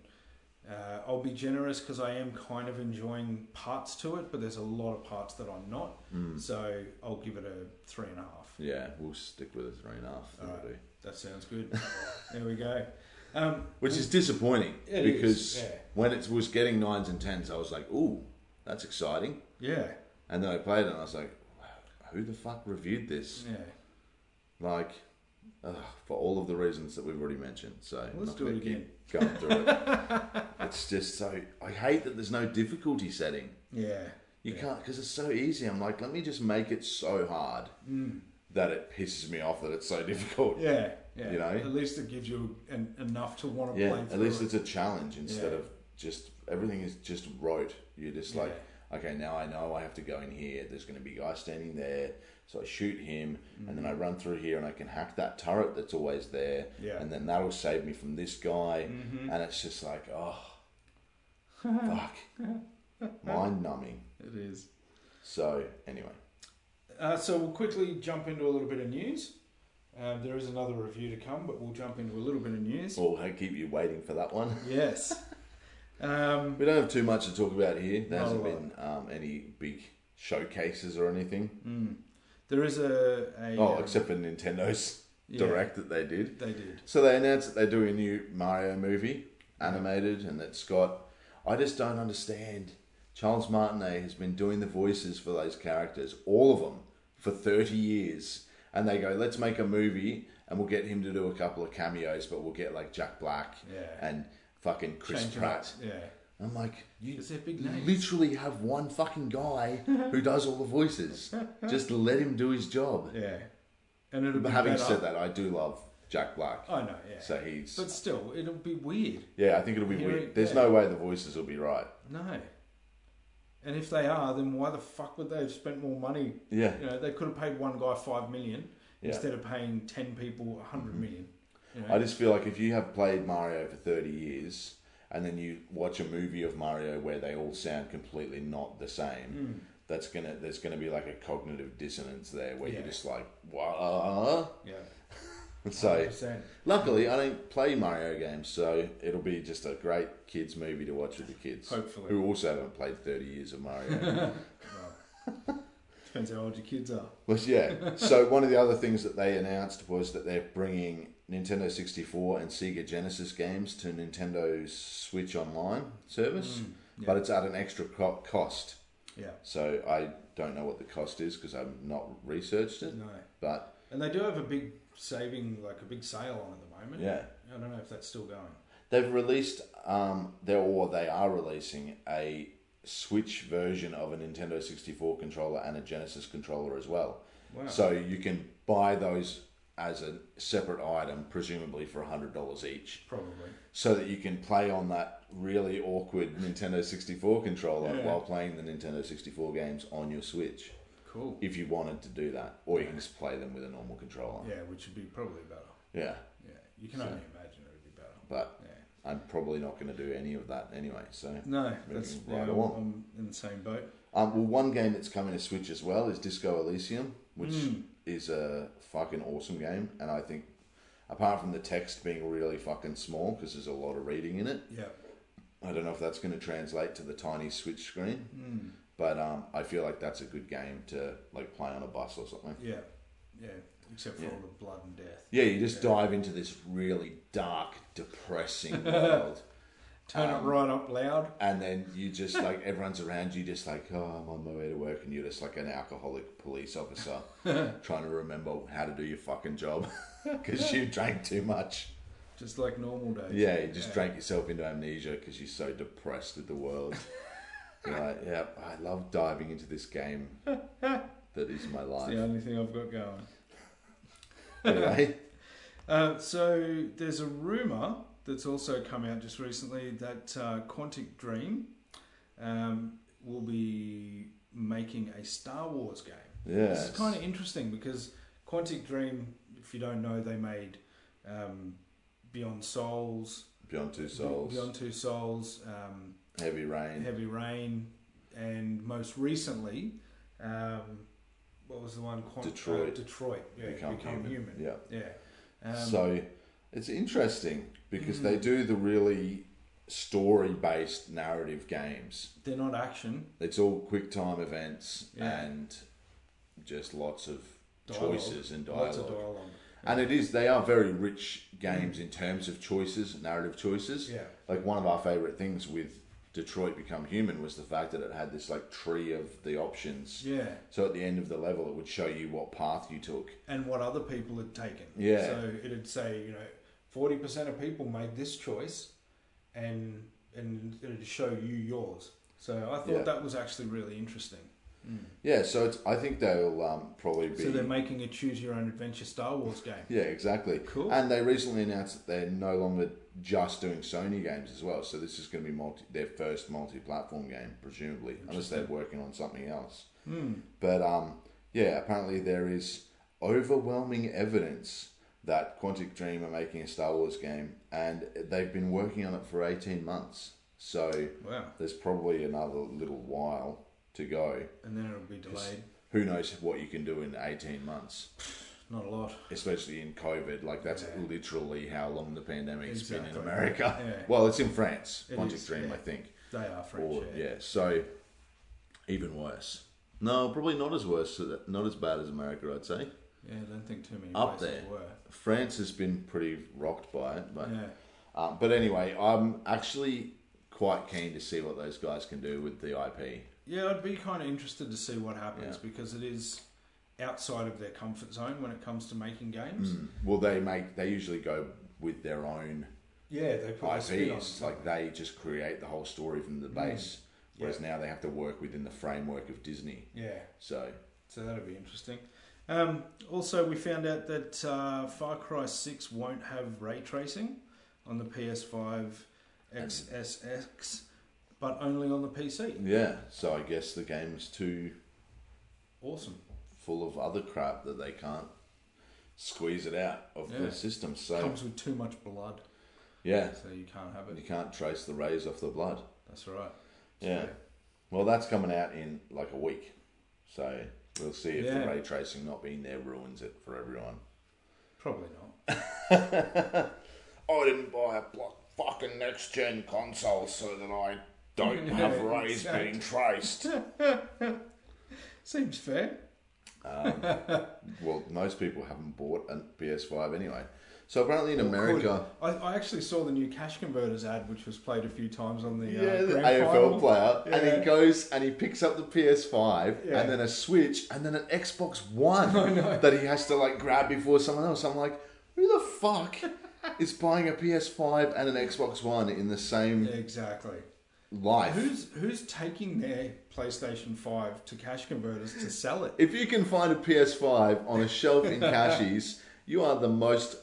Speaker 3: uh, I'll be generous because I am kind of enjoying parts to it, but there's a lot of parts that I'm not. So I'll give it a three and a half.
Speaker 4: Hmm. Yeah, we'll stick with a three and a half.
Speaker 3: All
Speaker 4: that'll
Speaker 3: right.
Speaker 4: do.
Speaker 3: That sounds good. [laughs] there we go. Um,
Speaker 4: Which is disappointing
Speaker 3: It is,
Speaker 4: because
Speaker 3: yeah.
Speaker 4: when it was getting nines and tens, I was like, ooh, that's exciting.
Speaker 3: yeah.
Speaker 4: And then I played it and I was like, who the fuck reviewed this?
Speaker 3: Yeah.
Speaker 4: Like, ugh, for all of the reasons that we've already mentioned. So I'm
Speaker 3: Let's
Speaker 4: not
Speaker 3: do
Speaker 4: gonna
Speaker 3: it again.
Speaker 4: keep Going
Speaker 3: [laughs]
Speaker 4: through it. it's just so. I hate that there's no difficulty setting.
Speaker 3: Yeah.
Speaker 4: You can't because it's so easy. I'm like, let me just make it so hard that it pisses me off that it's so [laughs] difficult.
Speaker 3: Hmm. Yeah, yeah.
Speaker 4: You know?
Speaker 3: at least it gives you an, enough to want to
Speaker 4: Yeah,
Speaker 3: play.
Speaker 4: at
Speaker 3: through
Speaker 4: least
Speaker 3: it.
Speaker 4: it's a challenge instead
Speaker 3: Yeah.
Speaker 4: of just everything is just rote. You're just like, okay, now I know I have to go in here. There's going to be guys standing there, so I shoot him, and then I run through here and I can hack that turret that's always there,
Speaker 3: Hmm. Yeah. Mm-hmm.
Speaker 4: and then that will save me from this guy. And it's just like, oh,
Speaker 3: [laughs]
Speaker 4: fuck, mind numbing.
Speaker 3: it is.
Speaker 4: So anyway,
Speaker 3: Uh, so we'll quickly jump into a little bit of news. Um, there is another review to come, but we'll jump into a little bit of news.
Speaker 4: well, I keep you waiting for that one. [laughs]
Speaker 3: Yes. Um,
Speaker 4: We don't have too much to talk about here. There
Speaker 3: Not a
Speaker 4: hasn't
Speaker 3: lot.
Speaker 4: been um, any big showcases or anything.
Speaker 3: there is a, a
Speaker 4: Oh,
Speaker 3: um,
Speaker 4: except for Nintendo's
Speaker 3: yeah,
Speaker 4: direct that they did.
Speaker 3: They did.
Speaker 4: So they announced that they're doing a new Mario movie, animated, and it's got. I just don't understand. Charles Martinet has been doing the voices for those characters, all of them, for 30 years. And they go, let's make a movie and we'll get him to do a couple of cameos, but we'll get like Jack Black
Speaker 3: Yeah.
Speaker 4: and fucking Chris
Speaker 3: Changing
Speaker 4: Pratt.
Speaker 3: it. Yeah.
Speaker 4: I'm like, you
Speaker 3: Is there big names?
Speaker 4: literally have one fucking guy who does all the
Speaker 3: [laughs]
Speaker 4: voices. Just let him do his job.
Speaker 3: Yeah. And it'll
Speaker 4: But
Speaker 3: be
Speaker 4: having
Speaker 3: better.
Speaker 4: said that, I do love Jack Black.
Speaker 3: I know, yeah.
Speaker 4: So he's
Speaker 3: but still, it'll be weird.
Speaker 4: yeah. I think it'll be
Speaker 3: Hearing-
Speaker 4: weird. There's
Speaker 3: yeah.
Speaker 4: no way the voices will be right.
Speaker 3: No. And if they are, then why the fuck would they have spent more money?
Speaker 4: Yeah.
Speaker 3: You know, they could have paid one guy five million
Speaker 4: Yeah. Mm-hmm.
Speaker 3: instead of paying ten people a hundred million. You know?
Speaker 4: I just feel like if you have played Mario for 30 years and then you watch a movie of Mario where they all sound completely not the
Speaker 3: Mm.
Speaker 4: same, that's gonna there's gonna be like a cognitive dissonance there where
Speaker 3: Yeah.
Speaker 4: you're just like what.
Speaker 3: yeah.
Speaker 4: [laughs] So
Speaker 3: 100%.
Speaker 4: luckily, I don't play Mario games, so it'll be just a great kids movie to watch with the kids,
Speaker 3: Hopefully.
Speaker 4: who also haven't played 30 years of Mario. [laughs]
Speaker 3: Depends how old your kids are.
Speaker 4: Was yeah. so one of the other things that they announced was that they're bringing Nintendo 64 and Sega Genesis games to Nintendo's Switch Online service,
Speaker 3: Mm,
Speaker 4: but it's at an extra co- cost.
Speaker 3: Yeah.
Speaker 4: So I don't know what the cost is because I've not researched it.
Speaker 3: No.
Speaker 4: But
Speaker 3: And they do have a big saving, like a big sale on at the moment.
Speaker 4: yeah,
Speaker 3: I don't know if that's still going.
Speaker 4: they've released um, they're or they are releasing a Switch version of a Nintendo 64 controller and a Genesis controller as well.
Speaker 3: Wow.
Speaker 4: So you can buy those as a separate item, presumably for hundred dollars each,
Speaker 3: Probably.
Speaker 4: so that you can play on that really awkward Nintendo sixty four controller
Speaker 3: Yeah.
Speaker 4: while playing the Nintendo sixty four games on your Switch,
Speaker 3: Cool.
Speaker 4: if you wanted to do that, or you can just play them with a normal controller.
Speaker 3: Yeah, which would be probably better.
Speaker 4: Yeah,
Speaker 3: Yeah. You can only imagine it would be better.
Speaker 4: but
Speaker 3: Yeah.
Speaker 4: I'm probably not going to do any of that anyway. So,
Speaker 3: No,
Speaker 4: Moving
Speaker 3: that's
Speaker 4: right
Speaker 3: yeah, I'm,
Speaker 4: along.
Speaker 3: I'm in the same boat.
Speaker 4: um, well, one game that's coming to Switch as well is Disco Elysium, which is a fucking awesome game, and I think. Apart from the text being really fucking small because there's a lot of reading in it,
Speaker 3: Yeah.
Speaker 4: I don't know if that's going to translate to the tiny switch screen, but um, I feel like that's a good game to like play on a bus or something.
Speaker 3: Yeah. Yeah. Except for
Speaker 4: Yeah.
Speaker 3: all the blood and death.
Speaker 4: Yeah, you just dive into this really dark, depressing world,
Speaker 3: Turn it right up loud.
Speaker 4: and then you just like everyone's around you, just like oh, I'm on my way to work, and you're just like an alcoholic
Speaker 3: [laughs]
Speaker 4: police officer trying to remember how to do your fucking job because you drank too much.
Speaker 3: Just like normal days.
Speaker 4: Yeah, you just drank yourself into amnesia because you're so depressed with the
Speaker 3: [laughs]
Speaker 4: world. You're like, yeah, I love diving into this game
Speaker 3: [laughs]
Speaker 4: that is my
Speaker 3: It's the
Speaker 4: life.
Speaker 3: only thing I've got going.
Speaker 4: Anyway,
Speaker 3: Uh, so there's a rumor that's also come out just recently that uh, Quantic Dream um, will be making a Star Wars game. [laughs] This
Speaker 4: yeah,
Speaker 3: is kind of interesting because Quantic Dream, if you don't know, they made um, Beyond Souls,
Speaker 4: Beyond Two Souls,
Speaker 3: Beyond Two Souls, um,
Speaker 4: Heavy Rain,
Speaker 3: Heavy Rain, and most recently, um, what was the one? Quant-
Speaker 4: Detroit.
Speaker 3: Uh, Detroit. Yeah, Become, Human.
Speaker 4: Yeah.
Speaker 3: Yeah. Um,
Speaker 4: so it's interesting because
Speaker 3: Hmm.
Speaker 4: they do the really story-based narrative games.
Speaker 3: they're not action.
Speaker 4: It's all quick time events
Speaker 3: Yeah.
Speaker 4: and just lots of
Speaker 3: Dialogue.
Speaker 4: choices and
Speaker 3: Lots of dialogue.
Speaker 4: And it is, they are very rich games in terms of choices, narrative choices.
Speaker 3: Yeah.
Speaker 4: Like one of our favourite things with Detroit Become Human was the fact that it had this like tree of the options.
Speaker 3: Yeah.
Speaker 4: So at the end of the level, it would show you what path you took.
Speaker 3: And what other people had taken.
Speaker 4: Yeah.
Speaker 3: So it'd say, you know, forty percent of people made this choice and and it'd show you yours. So I thought
Speaker 4: Yeah.
Speaker 3: that was actually really interesting.
Speaker 4: Yeah, so it's, I think they'll um, probably be.
Speaker 3: So they're making a choose your own adventure Star Wars game.
Speaker 4: yeah, exactly.
Speaker 3: Cool.
Speaker 4: And they recently announced that they're no longer just doing Sony games as well. So this is going to be multi, their first multi-platform game, presumably, unless they're working on something else. But um, yeah, apparently there is overwhelming evidence that Quantic Dream are making a Star Wars game, and they've been working on it for eighteen months. So
Speaker 3: Wow.
Speaker 4: there's probably another little while to go.
Speaker 3: And then it'll be delayed.
Speaker 4: Who knows what you can do in eighteen months?
Speaker 3: Not a lot.
Speaker 4: especially in COVID. Like that's
Speaker 3: Yeah.
Speaker 4: literally how long the pandemic's been in
Speaker 3: Exactly.
Speaker 4: America.
Speaker 3: Yeah.
Speaker 4: [laughs] Well, it's in France,
Speaker 3: It
Speaker 4: Quantic
Speaker 3: is,
Speaker 4: Dream,
Speaker 3: yeah.
Speaker 4: I think.
Speaker 3: They are French.
Speaker 4: Or
Speaker 3: yeah.
Speaker 4: yeah, so even worse. No, probably not as worse, uh, not as bad as America, I'd say.
Speaker 3: Yeah, I don't think too many
Speaker 4: Up
Speaker 3: places
Speaker 4: there.
Speaker 3: were.
Speaker 4: France has been pretty rocked by it, but
Speaker 3: Yeah.
Speaker 4: um, but anyway, I'm actually quite keen to see what those guys can do with the IP.
Speaker 3: Yeah, I'd be kind of interested to see what happens
Speaker 4: Yeah.
Speaker 3: because it is outside of their comfort zone when it comes to making games.
Speaker 4: Well, they make they usually go with their own
Speaker 3: Yeah, they put
Speaker 4: IPs.
Speaker 3: the spin on Mm.
Speaker 4: It's like they just create the whole story from the base, whereas now they have to work within the framework of Disney.
Speaker 3: Yeah,
Speaker 4: So
Speaker 3: so that'll be interesting. Um, also, we found out that uh, Far Cry 6 won't have ray tracing on the PS5 XSX, but only on the PC.
Speaker 4: yeah, so I guess the game's too
Speaker 3: Awesome.
Speaker 4: full of other crap that they can't squeeze it out of
Speaker 3: Yeah.
Speaker 4: the system. So
Speaker 3: Comes with too much blood,
Speaker 4: yeah,
Speaker 3: so you can't have
Speaker 4: you
Speaker 3: it.
Speaker 4: can't trace the rays off the blood.
Speaker 3: That's all right.
Speaker 4: Yeah. Well, that's coming out in like a week, so we'll see if
Speaker 3: Yeah.
Speaker 4: the ray tracing not being there ruins it for everyone.
Speaker 3: Probably not.
Speaker 4: I didn't buy a block fucking next gen console so that I don't [laughs]
Speaker 3: Yeah,
Speaker 4: have rays
Speaker 3: exactly.
Speaker 4: being traced.
Speaker 3: Seems fair.
Speaker 4: [laughs] well, most people haven't bought a PS5 anyway. So apparently in America,
Speaker 3: I, I actually saw the new cash converters ad, which was played a few times on the,
Speaker 4: yeah,
Speaker 3: uh,
Speaker 4: the
Speaker 3: grand
Speaker 4: AFL
Speaker 3: final.
Speaker 4: player, and
Speaker 3: Yeah.
Speaker 4: he goes and he picks up the PS5
Speaker 3: Yeah.
Speaker 4: and then a Switch and then an Xbox [laughs] One that he has to like grab before someone else. I'm like, who the [laughs] fuck is buying a PS5 and an Xbox One in the same
Speaker 3: Yeah, exactly.
Speaker 4: life?
Speaker 3: Who's who's taking their PlayStation Five to cash converters to sell it?
Speaker 4: If you can find a PS5 on a shelf
Speaker 3: [laughs]
Speaker 4: in Cashies, you are the most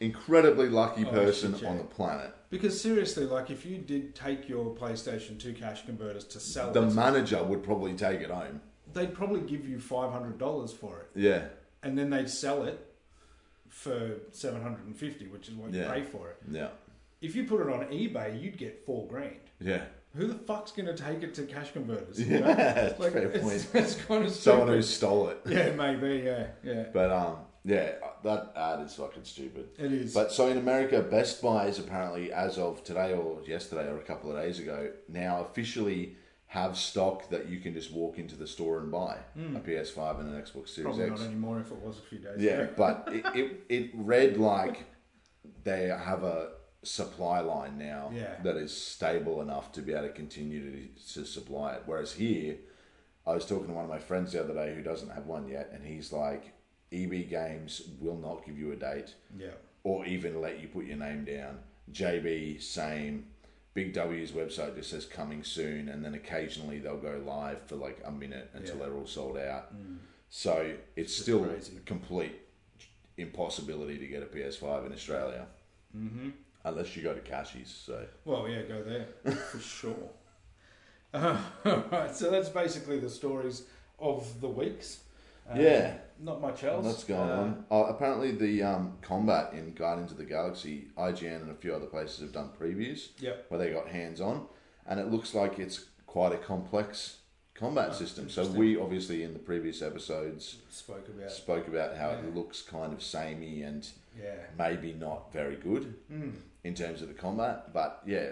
Speaker 4: incredibly
Speaker 3: Oh,
Speaker 4: lucky person
Speaker 3: shit, yeah.
Speaker 4: on the planet.
Speaker 3: Because seriously, like if you did take your PlayStation Two cash converters to sell
Speaker 4: The
Speaker 3: it,
Speaker 4: manager would probably take it home.
Speaker 3: they'd probably give you five hundred dollars for it,
Speaker 4: Yeah,
Speaker 3: and then they'd sell it for seven hundred and fifty, which is what you
Speaker 4: Yeah.
Speaker 3: pay for it.
Speaker 4: yeah,
Speaker 3: If you put it on eBay, you'd get four grand.
Speaker 4: yeah.
Speaker 3: Who the fuck's going to take it to cash converters? you know?
Speaker 4: [laughs] Yeah,
Speaker 3: Like,
Speaker 4: fair
Speaker 3: it's,
Speaker 4: point.
Speaker 3: [laughs] it's kind of
Speaker 4: Someone
Speaker 3: stupid.
Speaker 4: who stole it.
Speaker 3: [laughs] Yeah, maybe. Yeah, yeah.
Speaker 4: But um, yeah, that ad is fucking stupid.
Speaker 3: It is.
Speaker 4: But so in America, Best Buy is apparently, as of today or yesterday or a couple of days ago, now officially have stock that you can just walk into the store and buy a PS5 and an Xbox Series
Speaker 3: Hmm. Probably
Speaker 4: X.
Speaker 3: not anymore if it was a few days
Speaker 4: Yeah,
Speaker 3: ago.
Speaker 4: but it, it, it read like they have a supply line now
Speaker 3: Yeah.
Speaker 4: that is stable enough to be able to continue to, to supply it. Whereas here, I was talking to one of my friends the other day who doesn't have one yet, and he's like, EB Games will not give you a date
Speaker 3: Yeah.
Speaker 4: or even let you put your name down. JB, same. Big W's website just says coming soon, and then occasionally they'll go live for like a minute until
Speaker 3: Yeah. Mm.
Speaker 4: they're all sold out. So it's still
Speaker 3: crazy.
Speaker 4: a complete impossibility to get a PS5 in Australia. Mm-hmm. Unless you go to Cashies. So,
Speaker 3: Well, yeah, go there for sure. [laughs] Uh, all right, so that's basically the stories of the weeks. Uh,
Speaker 4: yeah,
Speaker 3: not much else.
Speaker 4: that's going
Speaker 3: Uh,
Speaker 4: on. Oh, apparently, the um, combat in Guardians of the Galaxy, IGN, and a few other places have done previews.
Speaker 3: Yep.
Speaker 4: where they got hands on, and it looks like it's quite a complex combat system. So we obviously in the previous episodes
Speaker 3: Spoke about.
Speaker 4: spoke about how
Speaker 3: Yeah.
Speaker 4: it looks kind of samey and
Speaker 3: Yeah. Hmm,
Speaker 4: maybe not very good in terms of the combat, but yeah,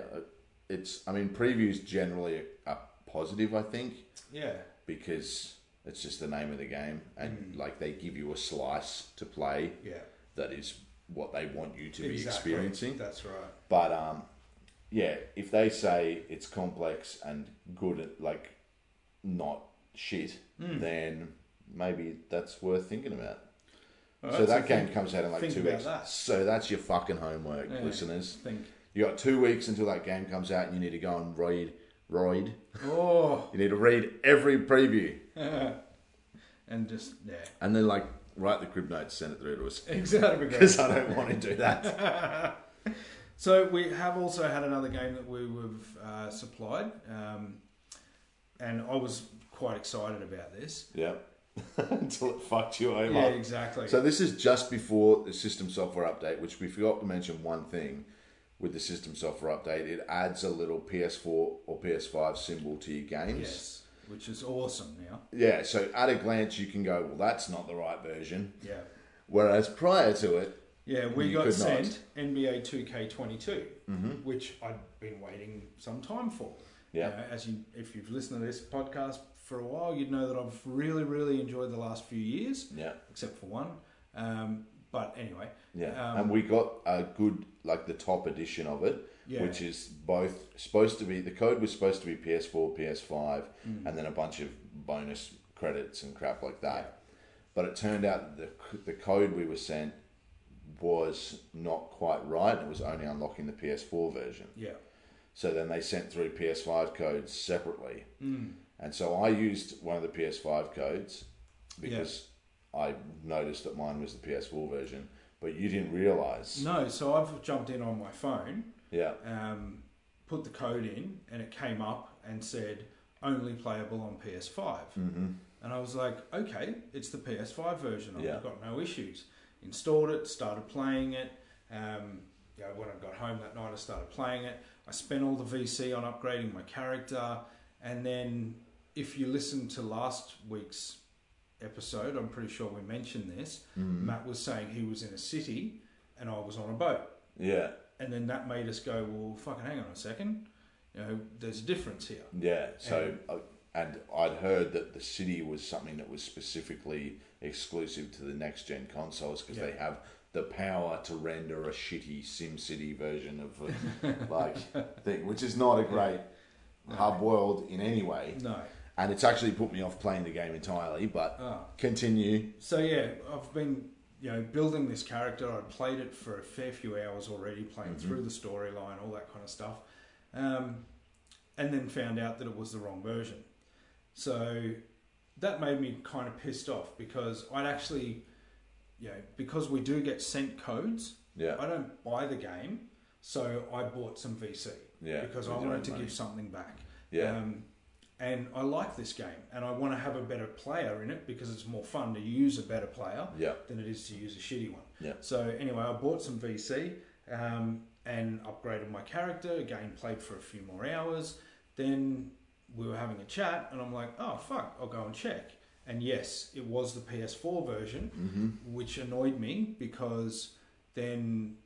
Speaker 4: it's I mean previews generally are positive, I think,
Speaker 3: Yeah.
Speaker 4: because it's just the name of the game,
Speaker 3: Hmm.
Speaker 4: and like they give you a slice to play
Speaker 3: Yeah.
Speaker 4: that is what they want you to be
Speaker 3: Exactly.
Speaker 4: experiencing.
Speaker 3: That's right.
Speaker 4: But um, yeah, if they say it's complex and good at like not shit,
Speaker 3: Hmm.
Speaker 4: then maybe that's worth thinking about.
Speaker 3: All
Speaker 4: so
Speaker 3: right,
Speaker 4: that game
Speaker 3: think-
Speaker 4: comes out in like
Speaker 3: think
Speaker 4: two
Speaker 3: about
Speaker 4: weeks.
Speaker 3: that.
Speaker 4: So that's your fucking homework,
Speaker 3: Yeah.
Speaker 4: listeners.
Speaker 3: Think.
Speaker 4: You got two weeks until that game comes out, and you need to go and read Royd.
Speaker 3: Oh,
Speaker 4: You need to read every preview
Speaker 3: and just yeah, [laughs]
Speaker 4: and then like write the crib notes, send it through to us [laughs]
Speaker 3: exactly.
Speaker 4: because I don't want to do
Speaker 3: [laughs]
Speaker 4: that. [laughs]
Speaker 3: So we have also had another game that we have uh, supplied, um, and I was quite excited about this.
Speaker 4: yeah, [laughs] until it fucked you over.
Speaker 3: Yeah, exactly.
Speaker 4: So this is just before the system software update, which we forgot to mention one thing with the system software update. It adds a little PS4 or PS5 symbol to your games.
Speaker 3: yes, which is awesome now.
Speaker 4: Yeah, so at a glance you can go, well, that's not the right version.
Speaker 3: Yeah,
Speaker 4: Whereas prior to it,
Speaker 3: yeah. We
Speaker 4: You
Speaker 3: got
Speaker 4: could not. Mm-hmm.
Speaker 3: sent NBA Two K Twenty Two, which I'd been waiting some time for. You
Speaker 4: Yeah.
Speaker 3: know, as you, if you've listened to this podcast for a while, you'd know that I've really, really enjoyed the last few years,
Speaker 4: yeah,
Speaker 3: except for one. Um, but anyway,
Speaker 4: yeah,
Speaker 3: um,
Speaker 4: and we got a good like the top edition of it,
Speaker 3: Yeah.
Speaker 4: which is both supposed to be the code was supposed to be PS4, PS5,
Speaker 3: Mm.
Speaker 4: and then a bunch of bonus credits and crap like that. But it turned out that the the code we were sent was not quite right, and it was only unlocking the PS4 version.
Speaker 3: yeah,
Speaker 4: So then they sent through PS5 codes separately.
Speaker 3: Hmm.
Speaker 4: And so I used one of the PS5 codes because I noticed that mine was the PS4 version, but you didn't realize.
Speaker 3: no. So I've jumped in on my phone.
Speaker 4: Yeah.
Speaker 3: um, put the code in and it came up and said only playable on PS5. Mm-hmm. And I was like, okay, it's the PS5 version. I've
Speaker 4: Yeah.
Speaker 3: got no issues. Installed it, started playing it. Um, you know, when I got home that night, I started playing it. I spent all the VC on upgrading my character. And then, if you listen to last week's episode, I'm pretty sure we mentioned this. Matt was saying he was in a city and I was on a boat
Speaker 4: Yeah.
Speaker 3: and then that made us go, well, fucking hang on a second, you know, there's a difference here.
Speaker 4: Yeah. So, uh, and I'd heard that the city was something that was specifically exclusive to the next gen consoles because they
Speaker 3: Yeah.
Speaker 4: have the power to render a shitty SimCity version of a,
Speaker 3: [laughs]
Speaker 4: like thing, which is not a great hub world in any way.
Speaker 3: No.
Speaker 4: and it's actually put me off playing the game entirely. But
Speaker 3: Ah.
Speaker 4: continue.
Speaker 3: So yeah, I've been, you know, building this character. I played it for a fair few hours already, playing
Speaker 4: Mm-hmm.
Speaker 3: through the storyline, all that kind of stuff, um, and then found out that it was the wrong version. So that made me kind of pissed off because I'd actually, you know, because we do get sent codes.
Speaker 4: Yeah.
Speaker 3: I don't buy the game, so I bought some VC.
Speaker 4: Yeah,
Speaker 3: Because
Speaker 4: with
Speaker 3: I
Speaker 4: your own
Speaker 3: wanted to
Speaker 4: money.
Speaker 3: give something back.
Speaker 4: Yeah.
Speaker 3: Um, and I like this game, and I want to have a better player in it because it's more fun to use a better player
Speaker 4: Yeah.
Speaker 3: than it is to use a shitty one.
Speaker 4: Yeah.
Speaker 3: So anyway, I bought some VC um, and upgraded my character. Again, played for a few more hours. Then we were having a chat, and I'm like, "Oh fuck, I'll go and check." And yes, it was the PS4 version,
Speaker 4: Mm-hmm.
Speaker 3: which annoyed me because then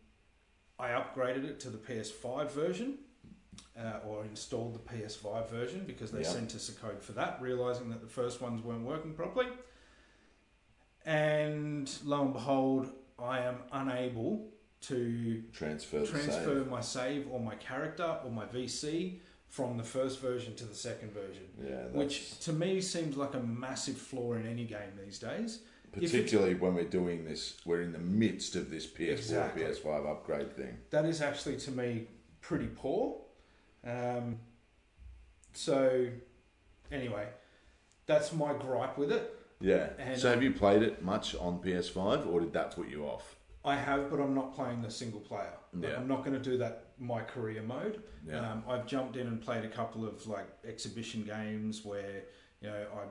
Speaker 3: I upgraded it to the PS5 version uh, or installed the PS5 version because they
Speaker 4: Yeah.
Speaker 3: sent us a code for that, realizing that the first ones weren't working properly. And lo and behold, I am unable to
Speaker 4: Transfer the
Speaker 3: transfer
Speaker 4: save.
Speaker 3: my save or my character or my VC from the first version to the second version,
Speaker 4: Yeah,
Speaker 3: which
Speaker 4: that's-
Speaker 3: to me seems like a massive flaw in any game these days. If it-
Speaker 4: Particularly when we're doing this, we're in the midst of this PS4,
Speaker 3: Exactly.
Speaker 4: PS5 upgrade thing.
Speaker 3: that is actually to me pretty poor. Um, so, anyway, that's my gripe with it.
Speaker 4: Yeah.
Speaker 3: And-
Speaker 4: so have you played it much on PS5, or did that put you off?
Speaker 3: I have, but I'm not playing the single player. Like,
Speaker 4: Yeah.
Speaker 3: I'm not going to do that my career mode.
Speaker 4: Yeah.
Speaker 3: Um, I've jumped in and played a couple of like exhibition games where you know I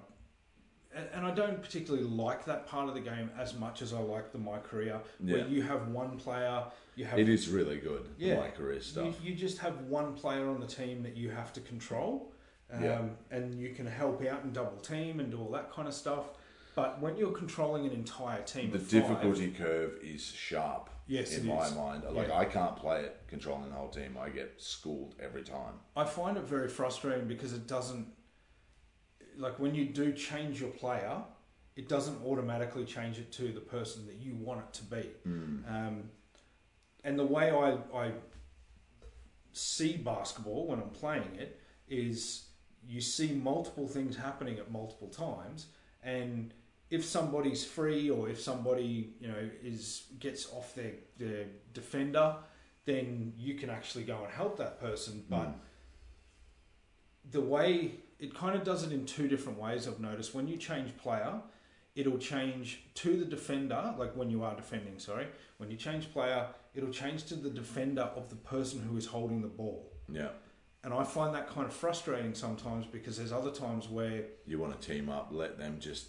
Speaker 3: and- and I don't particularly like that part of the game as much as I like the my career
Speaker 4: Yeah.
Speaker 3: where you have one player, you have
Speaker 4: It is really good.
Speaker 3: Yeah.
Speaker 4: Yeah. My career stuff.
Speaker 3: You, you just have one player on the team that you have to control, um,
Speaker 4: Yeah.
Speaker 3: and you can help out and double team and do all that kind of stuff. But when you're controlling an entire team,
Speaker 4: the
Speaker 3: of five-
Speaker 4: difficulty curve is sharp.
Speaker 3: Yes,
Speaker 4: in
Speaker 3: it
Speaker 4: my
Speaker 3: is.
Speaker 4: mind, like
Speaker 3: Yeah.
Speaker 4: I can't play it controlling the whole team. I get schooled every time.
Speaker 3: I find it very frustrating because it doesn't, like when you do change your player, it doesn't automatically change it to the person that you want it to be. Um, and the way I, I see basketball when I'm playing it is you see multiple things happening at multiple times, and if somebody's free or if somebody you know is gets off their their defender, then you can actually go and help that person. But the way it kind of does it in two different ways. I've noticed when you change player, it'll change to the defender. Like when you are defending, sorry, when you change player, it'll change to the defender of the person who is holding the ball.
Speaker 4: Yeah.
Speaker 3: And I find that kind of frustrating sometimes because there's other times where
Speaker 4: You want to team up, let them just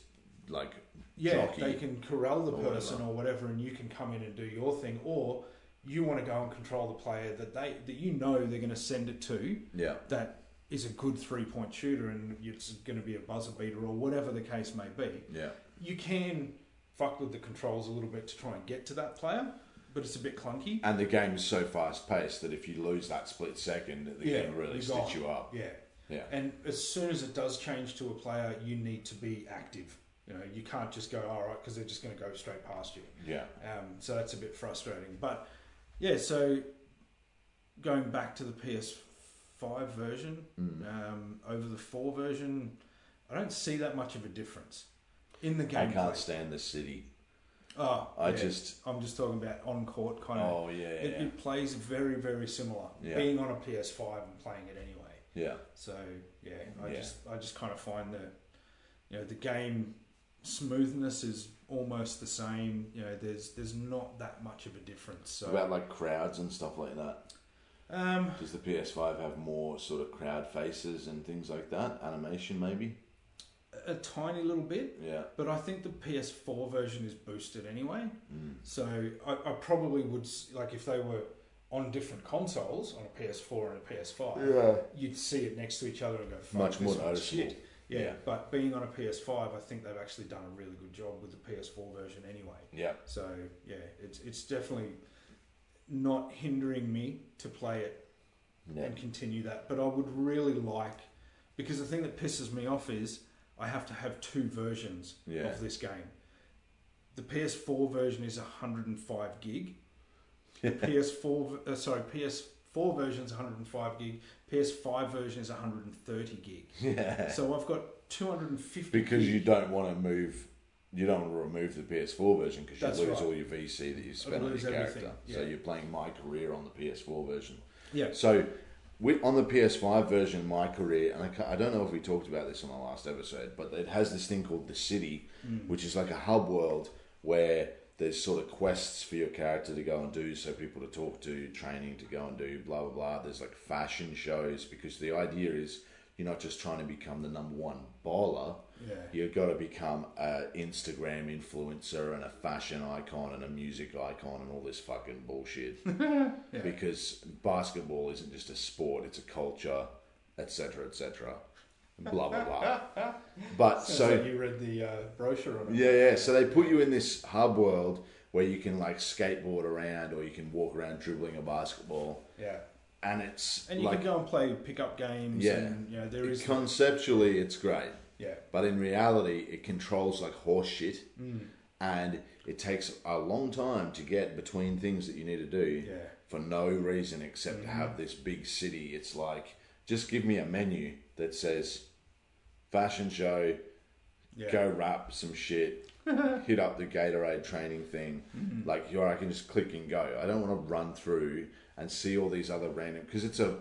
Speaker 4: like
Speaker 3: yeah,
Speaker 4: jockey.
Speaker 3: they can corral the
Speaker 4: or whatever.
Speaker 3: person or whatever, and you can come in and do your thing, or you want to go and control the player that they that you know they're going to send it to
Speaker 4: Yeah.
Speaker 3: that is a good three point shooter and it's going to be a buzzer beater or whatever the case may be.
Speaker 4: Yeah.
Speaker 3: You can fuck with the controls a little bit to try and get to that player, but it's a bit clunky.
Speaker 4: And the game is so fast paced that if you lose that split second, the
Speaker 3: Yeah,
Speaker 4: game really
Speaker 3: you're
Speaker 4: stitch
Speaker 3: gone.
Speaker 4: you up.
Speaker 3: Yeah.
Speaker 4: Yeah.
Speaker 3: And as soon as it does change to a player, you need to be active. You know, you can't just go all right because they're just going to go straight past you.
Speaker 4: Yeah.
Speaker 3: Um, so that's a bit frustrating. But yeah, so going back to the PS5 version
Speaker 4: Mm.
Speaker 3: um, over the 4 version, I don't see that much of a difference in the
Speaker 4: I
Speaker 3: gameplay.
Speaker 4: can't stand the city.
Speaker 3: Oh,
Speaker 4: I
Speaker 3: yeah.
Speaker 4: just-
Speaker 3: I'm just talking about on court kind of.
Speaker 4: Oh yeah.
Speaker 3: it,
Speaker 4: Yeah.
Speaker 3: it plays very, very similar.
Speaker 4: Yeah.
Speaker 3: Being on a PS5 and playing it anyway.
Speaker 4: Yeah.
Speaker 3: So yeah, I
Speaker 4: Yeah.
Speaker 3: just I just kind of find that you know the game smoothness is almost the same. You know, there's there's not that much of a difference. So
Speaker 4: About like crowds and stuff like that.
Speaker 3: um,
Speaker 4: Does the PS5 have more sort of crowd faces and things like that? Animation maybe.
Speaker 3: a tiny little bit,
Speaker 4: Yeah.
Speaker 3: but I think the PS4 version is boosted anyway.
Speaker 4: Mm.
Speaker 3: So I, I probably would s- like if they were on different consoles on a PS4 and a PS5,
Speaker 4: Yeah.
Speaker 3: you'd see it next to each other and go, Fuck,
Speaker 4: Much
Speaker 3: this
Speaker 4: more
Speaker 3: one's
Speaker 4: noticeable.
Speaker 3: shit." Yeah,
Speaker 4: Yeah.
Speaker 3: but being on a PS5, I think they've actually done a really good job with the PS4 version anyway.
Speaker 4: Yeah.
Speaker 3: So yeah, it's it's definitely not hindering me to play it
Speaker 4: Yeah.
Speaker 3: and continue that. But I would really like because the thing that pisses me off is I have to have two versions
Speaker 4: Yeah.
Speaker 3: of this game. The PS4 version is 105 gig. PS4 v- uh, sorry PS4 version is 105 gig. PS5 version is 130 gig.
Speaker 4: Yeah.
Speaker 3: So I've got 250
Speaker 4: Because
Speaker 3: gig.
Speaker 4: you don't want to move, you don't want to remove the PS4 version because you
Speaker 3: That's
Speaker 4: lose
Speaker 3: right.
Speaker 4: all your VC that you spent on
Speaker 3: lose
Speaker 4: your
Speaker 3: everything,
Speaker 4: character. So
Speaker 3: yeah.
Speaker 4: you're playing my career on the PS4 version.
Speaker 3: yeah
Speaker 4: So with, on the PS5 version, my career, and I, ca- I don't know if we talked about this on the last episode, but it has this thing called the City,
Speaker 3: Mm.
Speaker 4: which is like a hub world where there's sort of quests for your character to go and do, so people to talk to, training to go and do, blah blah blah. There's like fashion shows because the idea is you're not just trying to become the number one bowler.
Speaker 3: Yeah.
Speaker 4: You've got to become an Instagram influencer and a fashion icon and a music icon and all this fucking bullshit because basketball isn't just a sport; it's a culture, etc., etc. Blah blah blah.
Speaker 3: [laughs]
Speaker 4: but so
Speaker 3: so you read the uh, brochure on it.
Speaker 4: yeah, yeah. So they put you in this hub world where you can like skateboard around or you can walk around dribbling a basketball,
Speaker 3: Yeah.
Speaker 4: and it's
Speaker 3: And you
Speaker 4: like
Speaker 3: can go and play pickup games.
Speaker 4: Yeah.
Speaker 3: And, you know, there is.
Speaker 4: conceptually it's great,
Speaker 3: yeah.
Speaker 4: but in reality it controls like horse shit, and it takes a long time to get between things that you need to do.
Speaker 3: Yeah.
Speaker 4: for no reason except to have this big city. It's like, just give me a menu that says fashion show,
Speaker 3: Yeah.
Speaker 4: go rap some
Speaker 3: [laughs]
Speaker 4: shit, hit up the Gatorade training thing.
Speaker 3: Mm-hmm.
Speaker 4: Like, you I can just click and go. I don't want to run through and see all these other random, because it's a,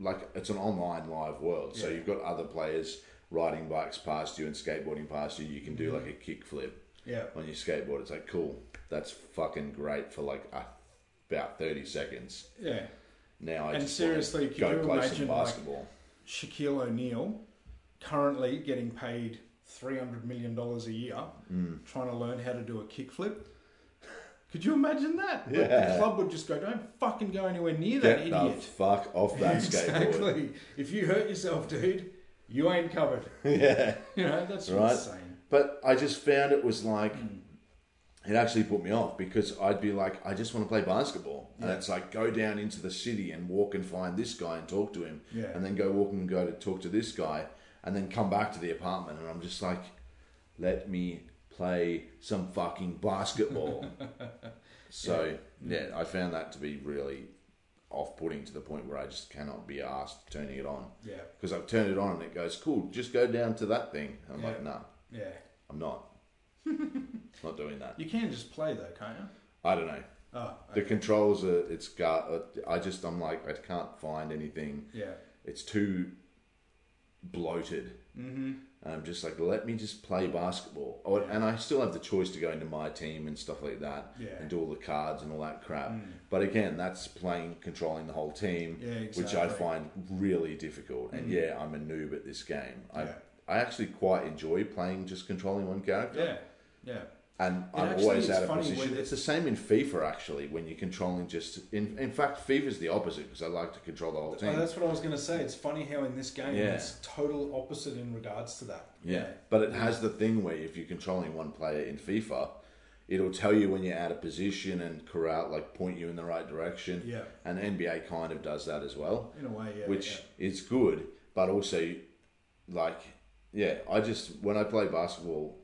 Speaker 4: like, it's an online live world. So
Speaker 3: Yeah.
Speaker 4: you've got other players riding bikes past you and skateboarding past you. You can do like a kick
Speaker 3: Mm-hmm.
Speaker 4: flip
Speaker 3: Yeah.
Speaker 4: on your skateboard. It's like, cool. That's fucking great for like a, about 30 seconds.
Speaker 3: Yeah.
Speaker 4: Now I
Speaker 3: And
Speaker 4: just
Speaker 3: seriously,
Speaker 4: wanna
Speaker 3: can
Speaker 4: go
Speaker 3: you
Speaker 4: play some
Speaker 3: imagine, like-
Speaker 4: basketball.
Speaker 3: Shaquille O'Neal, currently getting paid $300 million a year,
Speaker 4: Mm.
Speaker 3: trying to learn how to do a kickflip. [laughs] Could you imagine that? Like,
Speaker 4: Yeah.
Speaker 3: the club would just go, don't fucking go anywhere near that
Speaker 4: Get the
Speaker 3: idiot.
Speaker 4: fuck off that skateboard.
Speaker 3: [laughs] exactly. If you hurt yourself, dude, you ain't covered.
Speaker 4: [laughs] yeah.
Speaker 3: You know, that's
Speaker 4: Right.
Speaker 3: insane.
Speaker 4: But I just found it was like
Speaker 3: Mm.
Speaker 4: it actually put me off because I'd be like, I just want to play basketball. And it's like go down into the city and walk and find this guy and talk to him.
Speaker 3: Yeah.
Speaker 4: And then go walk and go to talk to this guy and then come back to the apartment and I'm just like, let me play some fucking
Speaker 3: [laughs]
Speaker 4: basketball. so yeah, I found that to be really off putting to the point where I just cannot be asked turning it on.
Speaker 3: Yeah.
Speaker 4: Because I've turned it on and it goes, cool, just go down to that thing. And I'm like,
Speaker 3: Yeah.
Speaker 4: nah.
Speaker 3: Yeah.
Speaker 4: I'm not. [laughs] not doing that.
Speaker 3: You can just play though, can't you?
Speaker 4: I don't know.
Speaker 3: Oh,
Speaker 4: The controls are. It's got. I just. I'm like. I can't find anything.
Speaker 3: yeah.
Speaker 4: It's too bloated. Mm-hmm. I'm just like, let me just play basketball. Or, And I still have the choice to go into my team and stuff like that
Speaker 3: Yeah. Mm.
Speaker 4: and do all the cards and all that crap. But again, that's playing, controlling the whole team,
Speaker 3: Yeah,
Speaker 4: which I
Speaker 3: exactly. Mm.
Speaker 4: find really difficult. And yeah, I'm a noob at this game.
Speaker 3: Yeah.
Speaker 4: I, I actually quite enjoy playing just controlling one character.
Speaker 3: Yeah, yeah,
Speaker 4: And I'm
Speaker 3: actually
Speaker 4: always
Speaker 3: is
Speaker 4: out of
Speaker 3: funny
Speaker 4: position.
Speaker 3: whether-
Speaker 4: It's the same in FIFA, actually, when you're controlling just. In, in fact, FIFA's the opposite because I like to control the whole team.
Speaker 2: Oh, that's what I was going to say. It's funny how in this game
Speaker 4: Yeah.
Speaker 2: it's total opposite in regards to that.
Speaker 4: Yeah. But it has the thing where if you're controlling one player in FIFA, it'll tell you when you're out of position and corral, like point you in the right direction.
Speaker 3: Yeah.
Speaker 4: And NBA kind of does that as well,
Speaker 3: in a way, yeah.
Speaker 4: which is good, but also, like, yeah, I just, when I play basketball,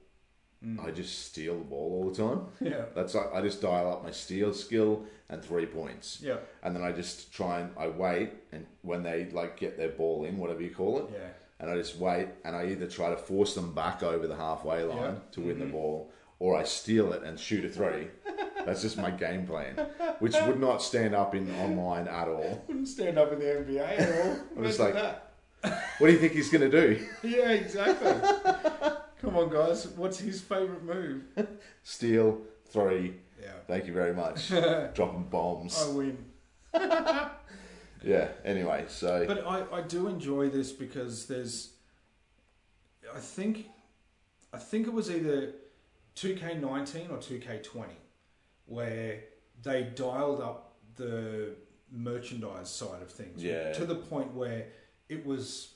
Speaker 4: I just steal the ball all the time.
Speaker 3: yeah. Mm. [laughs] yeah.
Speaker 4: That's like I just dial up my steal skill and three points.
Speaker 3: Yeah.
Speaker 4: And then I just try and I wait and when they like get their ball in, whatever you call it.
Speaker 3: Yeah.
Speaker 4: And I just wait and I either try to force them back over the halfway line to win
Speaker 3: Mm-hmm.
Speaker 4: the ball or I steal it and shoot
Speaker 3: [laughs]
Speaker 4: a three. That's just my game plan, which would not stand up in online at all.
Speaker 2: Wouldn't stand up in the NBA at
Speaker 4: [laughs]
Speaker 2: all.
Speaker 4: I'm just
Speaker 2: Imagine
Speaker 4: like-
Speaker 2: that.
Speaker 4: What do you think he's going to do?
Speaker 3: Yeah, exactly.
Speaker 4: [laughs]
Speaker 3: Come on, guys. What's his favourite move?
Speaker 4: Steal, three.
Speaker 3: Yeah.
Speaker 4: Thank you very
Speaker 3: [laughs]
Speaker 4: much. Dropping bombs.
Speaker 3: I win.
Speaker 4: Yeah. Anyway, so
Speaker 3: But I, I do enjoy this because there's, I think, I think it was either 2K19 or 2K20 where they dialed up the merchandise side of things
Speaker 4: Yeah.
Speaker 3: to the point where it was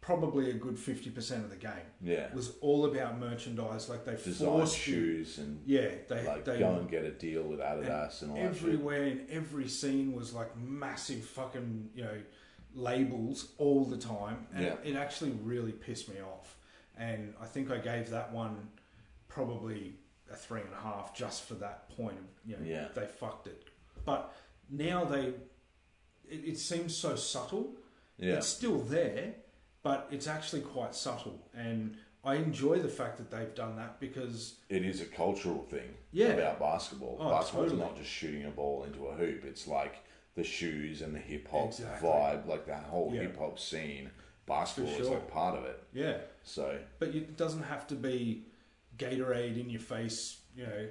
Speaker 3: probably a good 50% of the game.
Speaker 4: yeah,
Speaker 3: It was all about merchandise. Like they
Speaker 4: design
Speaker 3: forced you.
Speaker 4: shoes and
Speaker 3: Yeah, they,
Speaker 4: like
Speaker 3: they
Speaker 4: go and get a deal with Adidas and, all that shit.
Speaker 3: everywhere in every scene was like massive fucking you know labels all the time and
Speaker 4: Yeah.
Speaker 3: it actually really pissed me off and i think i gave that one probably a three and a half just for that point of you know
Speaker 4: Yeah.
Speaker 3: they fucked it but now they it, it seems so subtle
Speaker 4: Yeah,
Speaker 3: it's still there, but it's actually quite subtle. And I enjoy the fact that they've done that because,
Speaker 4: it is a cultural thing
Speaker 3: Yeah.
Speaker 4: about basketball.
Speaker 3: Oh,
Speaker 4: Basketball's
Speaker 3: totally.
Speaker 4: not just shooting a ball into a hoop. It's like the shoes and the hip hop
Speaker 3: Exactly.
Speaker 4: vibe, like that whole
Speaker 3: Yeah.
Speaker 4: hip hop scene. Basketball
Speaker 3: For
Speaker 4: is
Speaker 3: sure.
Speaker 4: like part of it.
Speaker 3: yeah,
Speaker 4: So
Speaker 3: but it doesn't have to be Gatorade in your face, you know,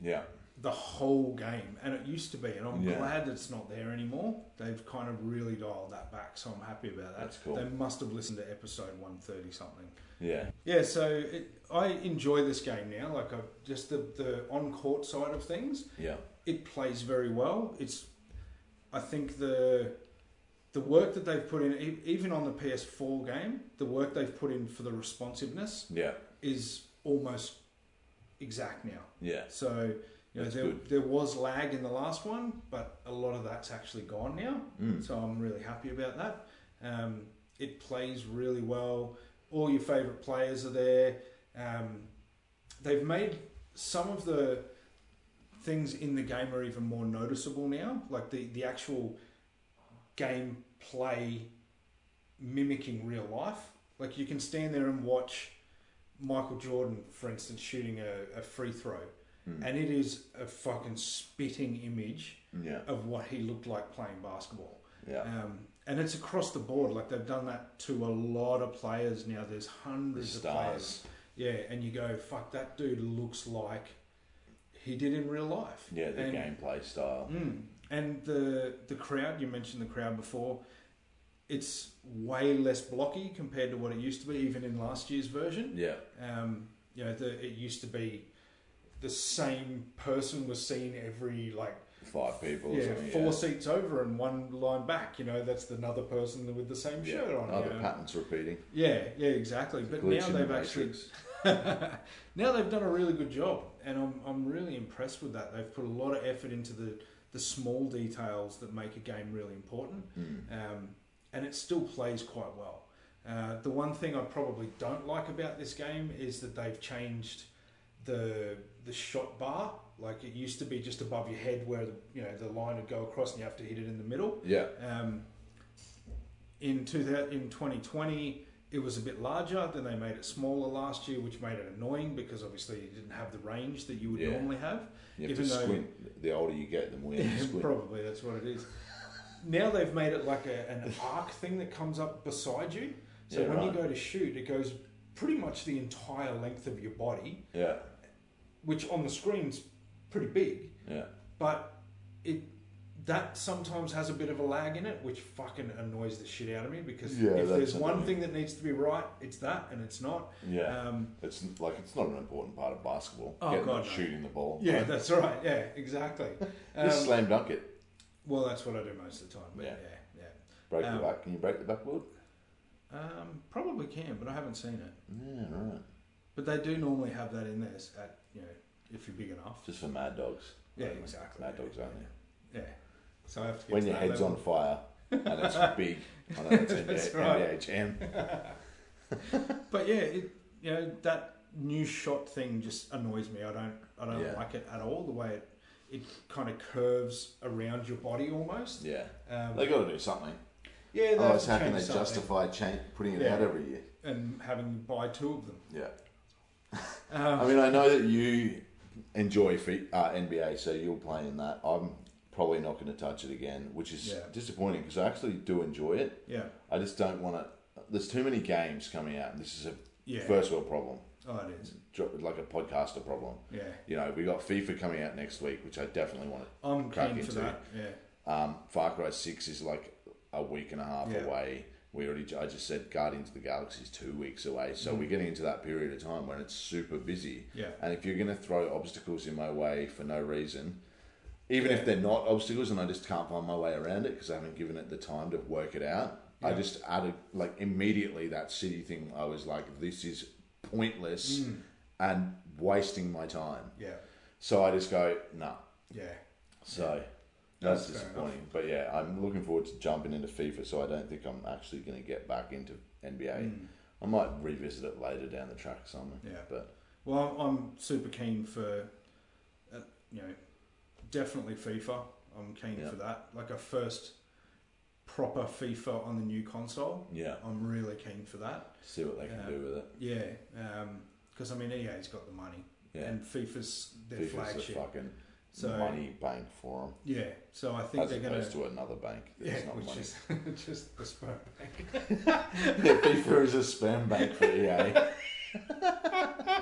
Speaker 4: yeah,
Speaker 3: the whole game. And it used to be, and I'm
Speaker 4: Yeah.
Speaker 3: glad it's not there anymore. They've kind of really dialed that back, so I'm happy about that.
Speaker 4: That's cool.
Speaker 3: They must have listened to episode 130 something.
Speaker 4: yeah,
Speaker 3: Yeah, so it, I enjoy this game now. Like, I, just the, the on court side of things.
Speaker 4: yeah,
Speaker 3: it plays very well. It's, I think the, the work that they've put in, e- even on the PS4 game, the work they've put in for the responsiveness
Speaker 4: yeah,
Speaker 3: is almost exact now.
Speaker 4: yeah,
Speaker 3: So you know,
Speaker 4: That's
Speaker 3: there,
Speaker 4: good.
Speaker 3: there was lag in the last one, but a lot of that's actually gone now.
Speaker 4: Mm.
Speaker 3: So I'm really happy about that. Um, it plays really well. All your favorite players are there. Um, they've made some of the things in the game are even more noticeable now, like the the actual game play mimicking real life. Like you can stand there and watch Michael Jordan, for instance, shooting a, a free throw,
Speaker 4: Hmm.
Speaker 3: and it is a fucking spitting image
Speaker 4: yeah,
Speaker 3: of what he looked like playing basketball.
Speaker 4: yeah.
Speaker 3: Um, and it's across the board. Like they've done that to a lot of players now. There's hundreds of players.
Speaker 4: Stars.
Speaker 3: Yeah, and you go, fuck, that dude looks like he did in real life.
Speaker 4: Yeah, the
Speaker 3: and,
Speaker 4: gameplay style.
Speaker 3: Mm. and the the crowd you mentioned the crowd before. It's way less blocky compared to what it used to be, even in last year's version.
Speaker 4: Yeah,
Speaker 3: Um, you know, the, it used to be the same person was seen every like
Speaker 4: five people. or
Speaker 3: yeah,
Speaker 4: something,
Speaker 3: four seats over and one line back. You know, that's another person with the same
Speaker 4: yeah.
Speaker 3: shirt on.
Speaker 4: Oh,
Speaker 3: you
Speaker 4: the
Speaker 3: know.
Speaker 4: patterns repeating.
Speaker 3: Yeah, yeah, exactly. But
Speaker 4: Glitch
Speaker 3: now
Speaker 4: in the
Speaker 3: they've actually
Speaker 4: matrix.
Speaker 3: [laughs] now they've done a really good job, and I'm I'm really impressed with that. They've put a lot of effort into the the small details that make a game really important, um, and it still plays quite well. Uh, the one thing I probably don't like about this game is that they've changed the the shot bar. Like it used to be just above your head, where the, you know the line would go across, and you have to hit it in the middle. [laughs]
Speaker 4: Yeah,
Speaker 3: Um, in, 2000, in 2020, it was a bit larger, then they made it smaller last year, which made it annoying because obviously you didn't have the range that you would
Speaker 4: Yeah.
Speaker 3: normally have.
Speaker 4: you have to squint. The older you get, the more
Speaker 3: [laughs]
Speaker 4: you have to squint.
Speaker 3: probably
Speaker 4: [laughs]
Speaker 3: that's what it is. Now they've made it like a, an arc thing that comes up beside you.
Speaker 2: So
Speaker 4: Yeah,
Speaker 2: when you
Speaker 4: right.
Speaker 2: go to shoot, it goes pretty much the entire length of your body,
Speaker 4: Yeah,
Speaker 2: which on the screen's pretty big,
Speaker 4: yeah,
Speaker 2: but it that sometimes has a bit of a lag in it, which fucking annoys the shit out of me because
Speaker 4: Yeah,
Speaker 2: if
Speaker 4: that's
Speaker 2: there's one
Speaker 4: annoying.
Speaker 2: thing that needs to be right, it's that, and it's not.
Speaker 4: yeah.
Speaker 2: Um,
Speaker 4: it's n- like it's not an important part of basketball.
Speaker 3: Oh,
Speaker 4: Getting
Speaker 3: God,
Speaker 4: up,
Speaker 3: no.
Speaker 4: shooting the ball.
Speaker 2: Yeah,
Speaker 3: [laughs]
Speaker 4: Right?
Speaker 2: that's right. Yeah, exactly.
Speaker 4: [laughs]
Speaker 2: Um,
Speaker 4: just slam dunk it.
Speaker 3: Well, that's what I do most of the time. But yeah,
Speaker 4: Yeah.
Speaker 3: yeah.
Speaker 4: Break
Speaker 3: um,
Speaker 4: the back. Can you break the backboard?
Speaker 3: Um, probably can, but I haven't seen it.
Speaker 4: Yeah, right.
Speaker 3: But they do normally have that in there s- at you know if you're big enough.
Speaker 4: Just for mad dogs.
Speaker 3: Yeah,
Speaker 4: Right?
Speaker 3: exactly.
Speaker 4: Mad dogs only.
Speaker 3: Yeah. So I have to get
Speaker 4: when
Speaker 3: to
Speaker 4: your
Speaker 3: that
Speaker 4: head's
Speaker 3: level.
Speaker 4: on fire
Speaker 3: [laughs]
Speaker 4: and it's big. I know that's NBA,
Speaker 3: That's right.
Speaker 4: NBA jam.
Speaker 3: But yeah, it you know that new shot thing just annoys me. I don't I don't
Speaker 4: Yeah.
Speaker 3: like it at all. The way it it kind of curves around your body almost.
Speaker 4: Yeah,
Speaker 3: Um,
Speaker 4: they got to do something.
Speaker 2: yeah, that's
Speaker 4: Otherwise, how can they justify change, putting it
Speaker 3: Yeah.
Speaker 4: out every year?
Speaker 3: and having to buy two of them.
Speaker 4: Yeah,
Speaker 3: Um,
Speaker 4: I mean, I know that you enjoy fe- uh, NBA, so you'll play in that. I'm probably not going to touch it again, which is
Speaker 3: Yeah.
Speaker 4: disappointing because I actually do enjoy it.
Speaker 3: yeah.
Speaker 4: I just don't want to. There's too many games coming out, and this is a
Speaker 3: Yeah.
Speaker 4: first world problem,
Speaker 3: Oh, it is.
Speaker 4: dro- like a podcaster problem.
Speaker 3: Yeah.
Speaker 4: You know, we got FIFA coming out next week, which I definitely want to
Speaker 3: I'm
Speaker 4: Crack
Speaker 3: keen for
Speaker 4: into
Speaker 3: that. Yeah.
Speaker 4: Um, Far Cry Six is like a week and a half
Speaker 3: Yeah.
Speaker 4: away. We already, I just said, Guardians of the Galaxy is two weeks away. So we're getting into that period of time when it's super busy.
Speaker 3: Yeah.
Speaker 4: And if you're going to throw obstacles in my way for no reason, even if they're not obstacles and I just can't find my way around it because I haven't given it the time to work it out, I
Speaker 3: Yeah.
Speaker 4: just added like immediately that city thing. I was like, this is pointless
Speaker 3: Mm.
Speaker 4: and wasting my time.
Speaker 3: Yeah.
Speaker 4: So I just go, nah.
Speaker 3: Yeah.
Speaker 4: So that's,
Speaker 3: That's fair
Speaker 4: disappointing. But yeah, I'm looking forward to jumping into FIFA. So I don't think I'm actually going to get back into NBA.
Speaker 3: Hmm.
Speaker 4: I might revisit it later down the track somewhere.
Speaker 3: Mm. Yeah.
Speaker 4: But
Speaker 3: Well, I'm, I'm super keen for, uh, you know, definitely FIFA. I'm keen
Speaker 4: Yeah.
Speaker 3: for that. Like a first proper FIFA on the new console.
Speaker 4: yeah,
Speaker 3: I'm really keen for that.
Speaker 4: see what they can
Speaker 3: Yeah.
Speaker 4: do with it.
Speaker 3: Yeah. Because, I mean, EA's got the money.
Speaker 4: Yeah.
Speaker 3: And FIFA's their
Speaker 4: FIFA's
Speaker 3: flagship.
Speaker 4: a fucking
Speaker 3: So-
Speaker 4: money bank for them,
Speaker 3: Yeah. So I think
Speaker 4: as
Speaker 3: they're going
Speaker 4: opposed to another bank.
Speaker 3: Yeah,
Speaker 4: That's not
Speaker 3: which
Speaker 4: money.
Speaker 3: is [laughs] just the sperm bank.
Speaker 4: yeah, [laughs] FIFA is a spam bank for E
Speaker 3: [laughs]
Speaker 4: EA.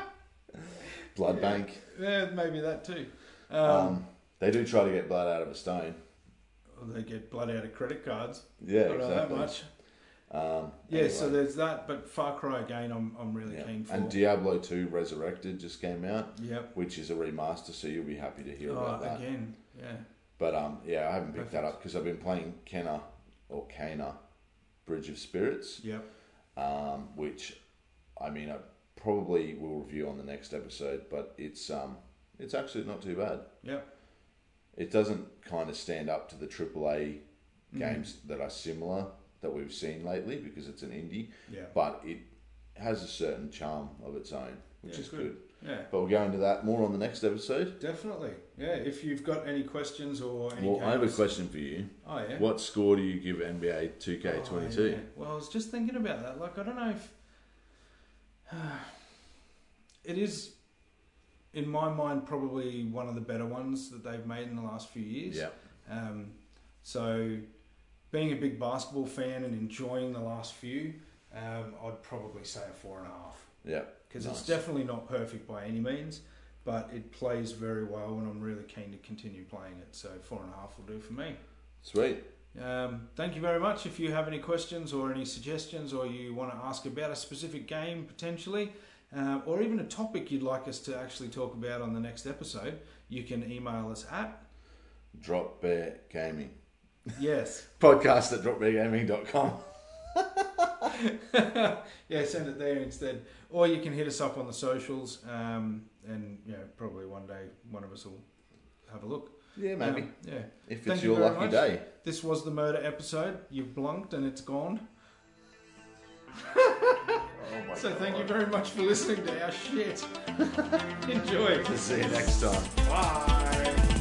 Speaker 4: blood bank.
Speaker 3: Yeah, maybe that too.
Speaker 4: Um,
Speaker 3: Um,
Speaker 4: they do try to get blood out of a stone.
Speaker 3: or oh, they get blood out of credit cards.
Speaker 4: Yeah,
Speaker 3: I don't know
Speaker 4: exactly.
Speaker 3: that much.
Speaker 4: Um,
Speaker 3: Yeah, so
Speaker 4: anyway.
Speaker 3: there's that. But Far Cry again, I'm, I'm really
Speaker 4: Yeah.
Speaker 3: keen for.
Speaker 4: And Diablo 2 Resurrected just came out,
Speaker 3: yep.
Speaker 4: which is a remaster, so you'll be happy to hear
Speaker 3: Oh,
Speaker 4: about that.
Speaker 3: again, yeah.
Speaker 4: But um, yeah, I haven't picked that
Speaker 3: Perfect.
Speaker 4: up because I've been playing Kenna or Kana Bridge of Spirits,
Speaker 3: Yep.
Speaker 4: um, which I mean, I probably will review on the next episode, but it's um, it's actually not too bad.
Speaker 3: Yep.
Speaker 4: It doesn't kind of stand up to the AAA
Speaker 3: Mm.
Speaker 4: games that are similar that we've seen lately because it's an indie,
Speaker 3: Yeah.
Speaker 4: but it has a certain charm of its own, which
Speaker 3: Yeah,
Speaker 4: is
Speaker 3: good.
Speaker 4: good.
Speaker 3: Yeah.
Speaker 4: But we'll go into that more on the next episode.
Speaker 3: Definitely. Yeah. If you've got any questions or any
Speaker 4: Well, I have a
Speaker 3: games-
Speaker 4: question for you.
Speaker 3: Oh yeah.
Speaker 4: What score do you give NBA
Speaker 3: Oh,
Speaker 4: 2K22?
Speaker 3: yeah. Well, I was just thinking about that. Like, I don't know if [sighs] it is, in my mind, probably one of the better ones that they've made in the last few years.
Speaker 4: yeah.
Speaker 3: Um, so, being a big basketball fan and enjoying the last few, um, I'd probably say a four and a half
Speaker 4: Yeah.
Speaker 3: because
Speaker 4: Nice.
Speaker 3: it's definitely not perfect by any means, but it plays very well, and I'm really keen to continue playing it. So, four and a half will do for me.
Speaker 4: Sweet.
Speaker 3: Um, thank you very much. If you have any questions or any suggestions, or you want to ask about a specific game potentially, uh, or even a topic you'd like us to actually talk about on the next episode, you can email us
Speaker 4: [laughs]
Speaker 3: at
Speaker 4: Drop Bear Gaming.
Speaker 3: yes,
Speaker 4: Podcast at dropbeargaming.com.
Speaker 3: yeah, send it there instead, or you can hit us up on the socials, um, and you know, probably one day one of us will have a look.
Speaker 4: Yeah, maybe.
Speaker 3: Um, yeah.
Speaker 4: if
Speaker 3: Thank
Speaker 4: it's
Speaker 3: you
Speaker 4: your
Speaker 3: very
Speaker 4: lucky
Speaker 3: much.
Speaker 4: day.
Speaker 3: This was the murder episode. You've blunked and it's gone.
Speaker 4: Oh
Speaker 3: so thank you very much for listening to our shit. Enjoy.
Speaker 4: See you next time.
Speaker 3: Bye.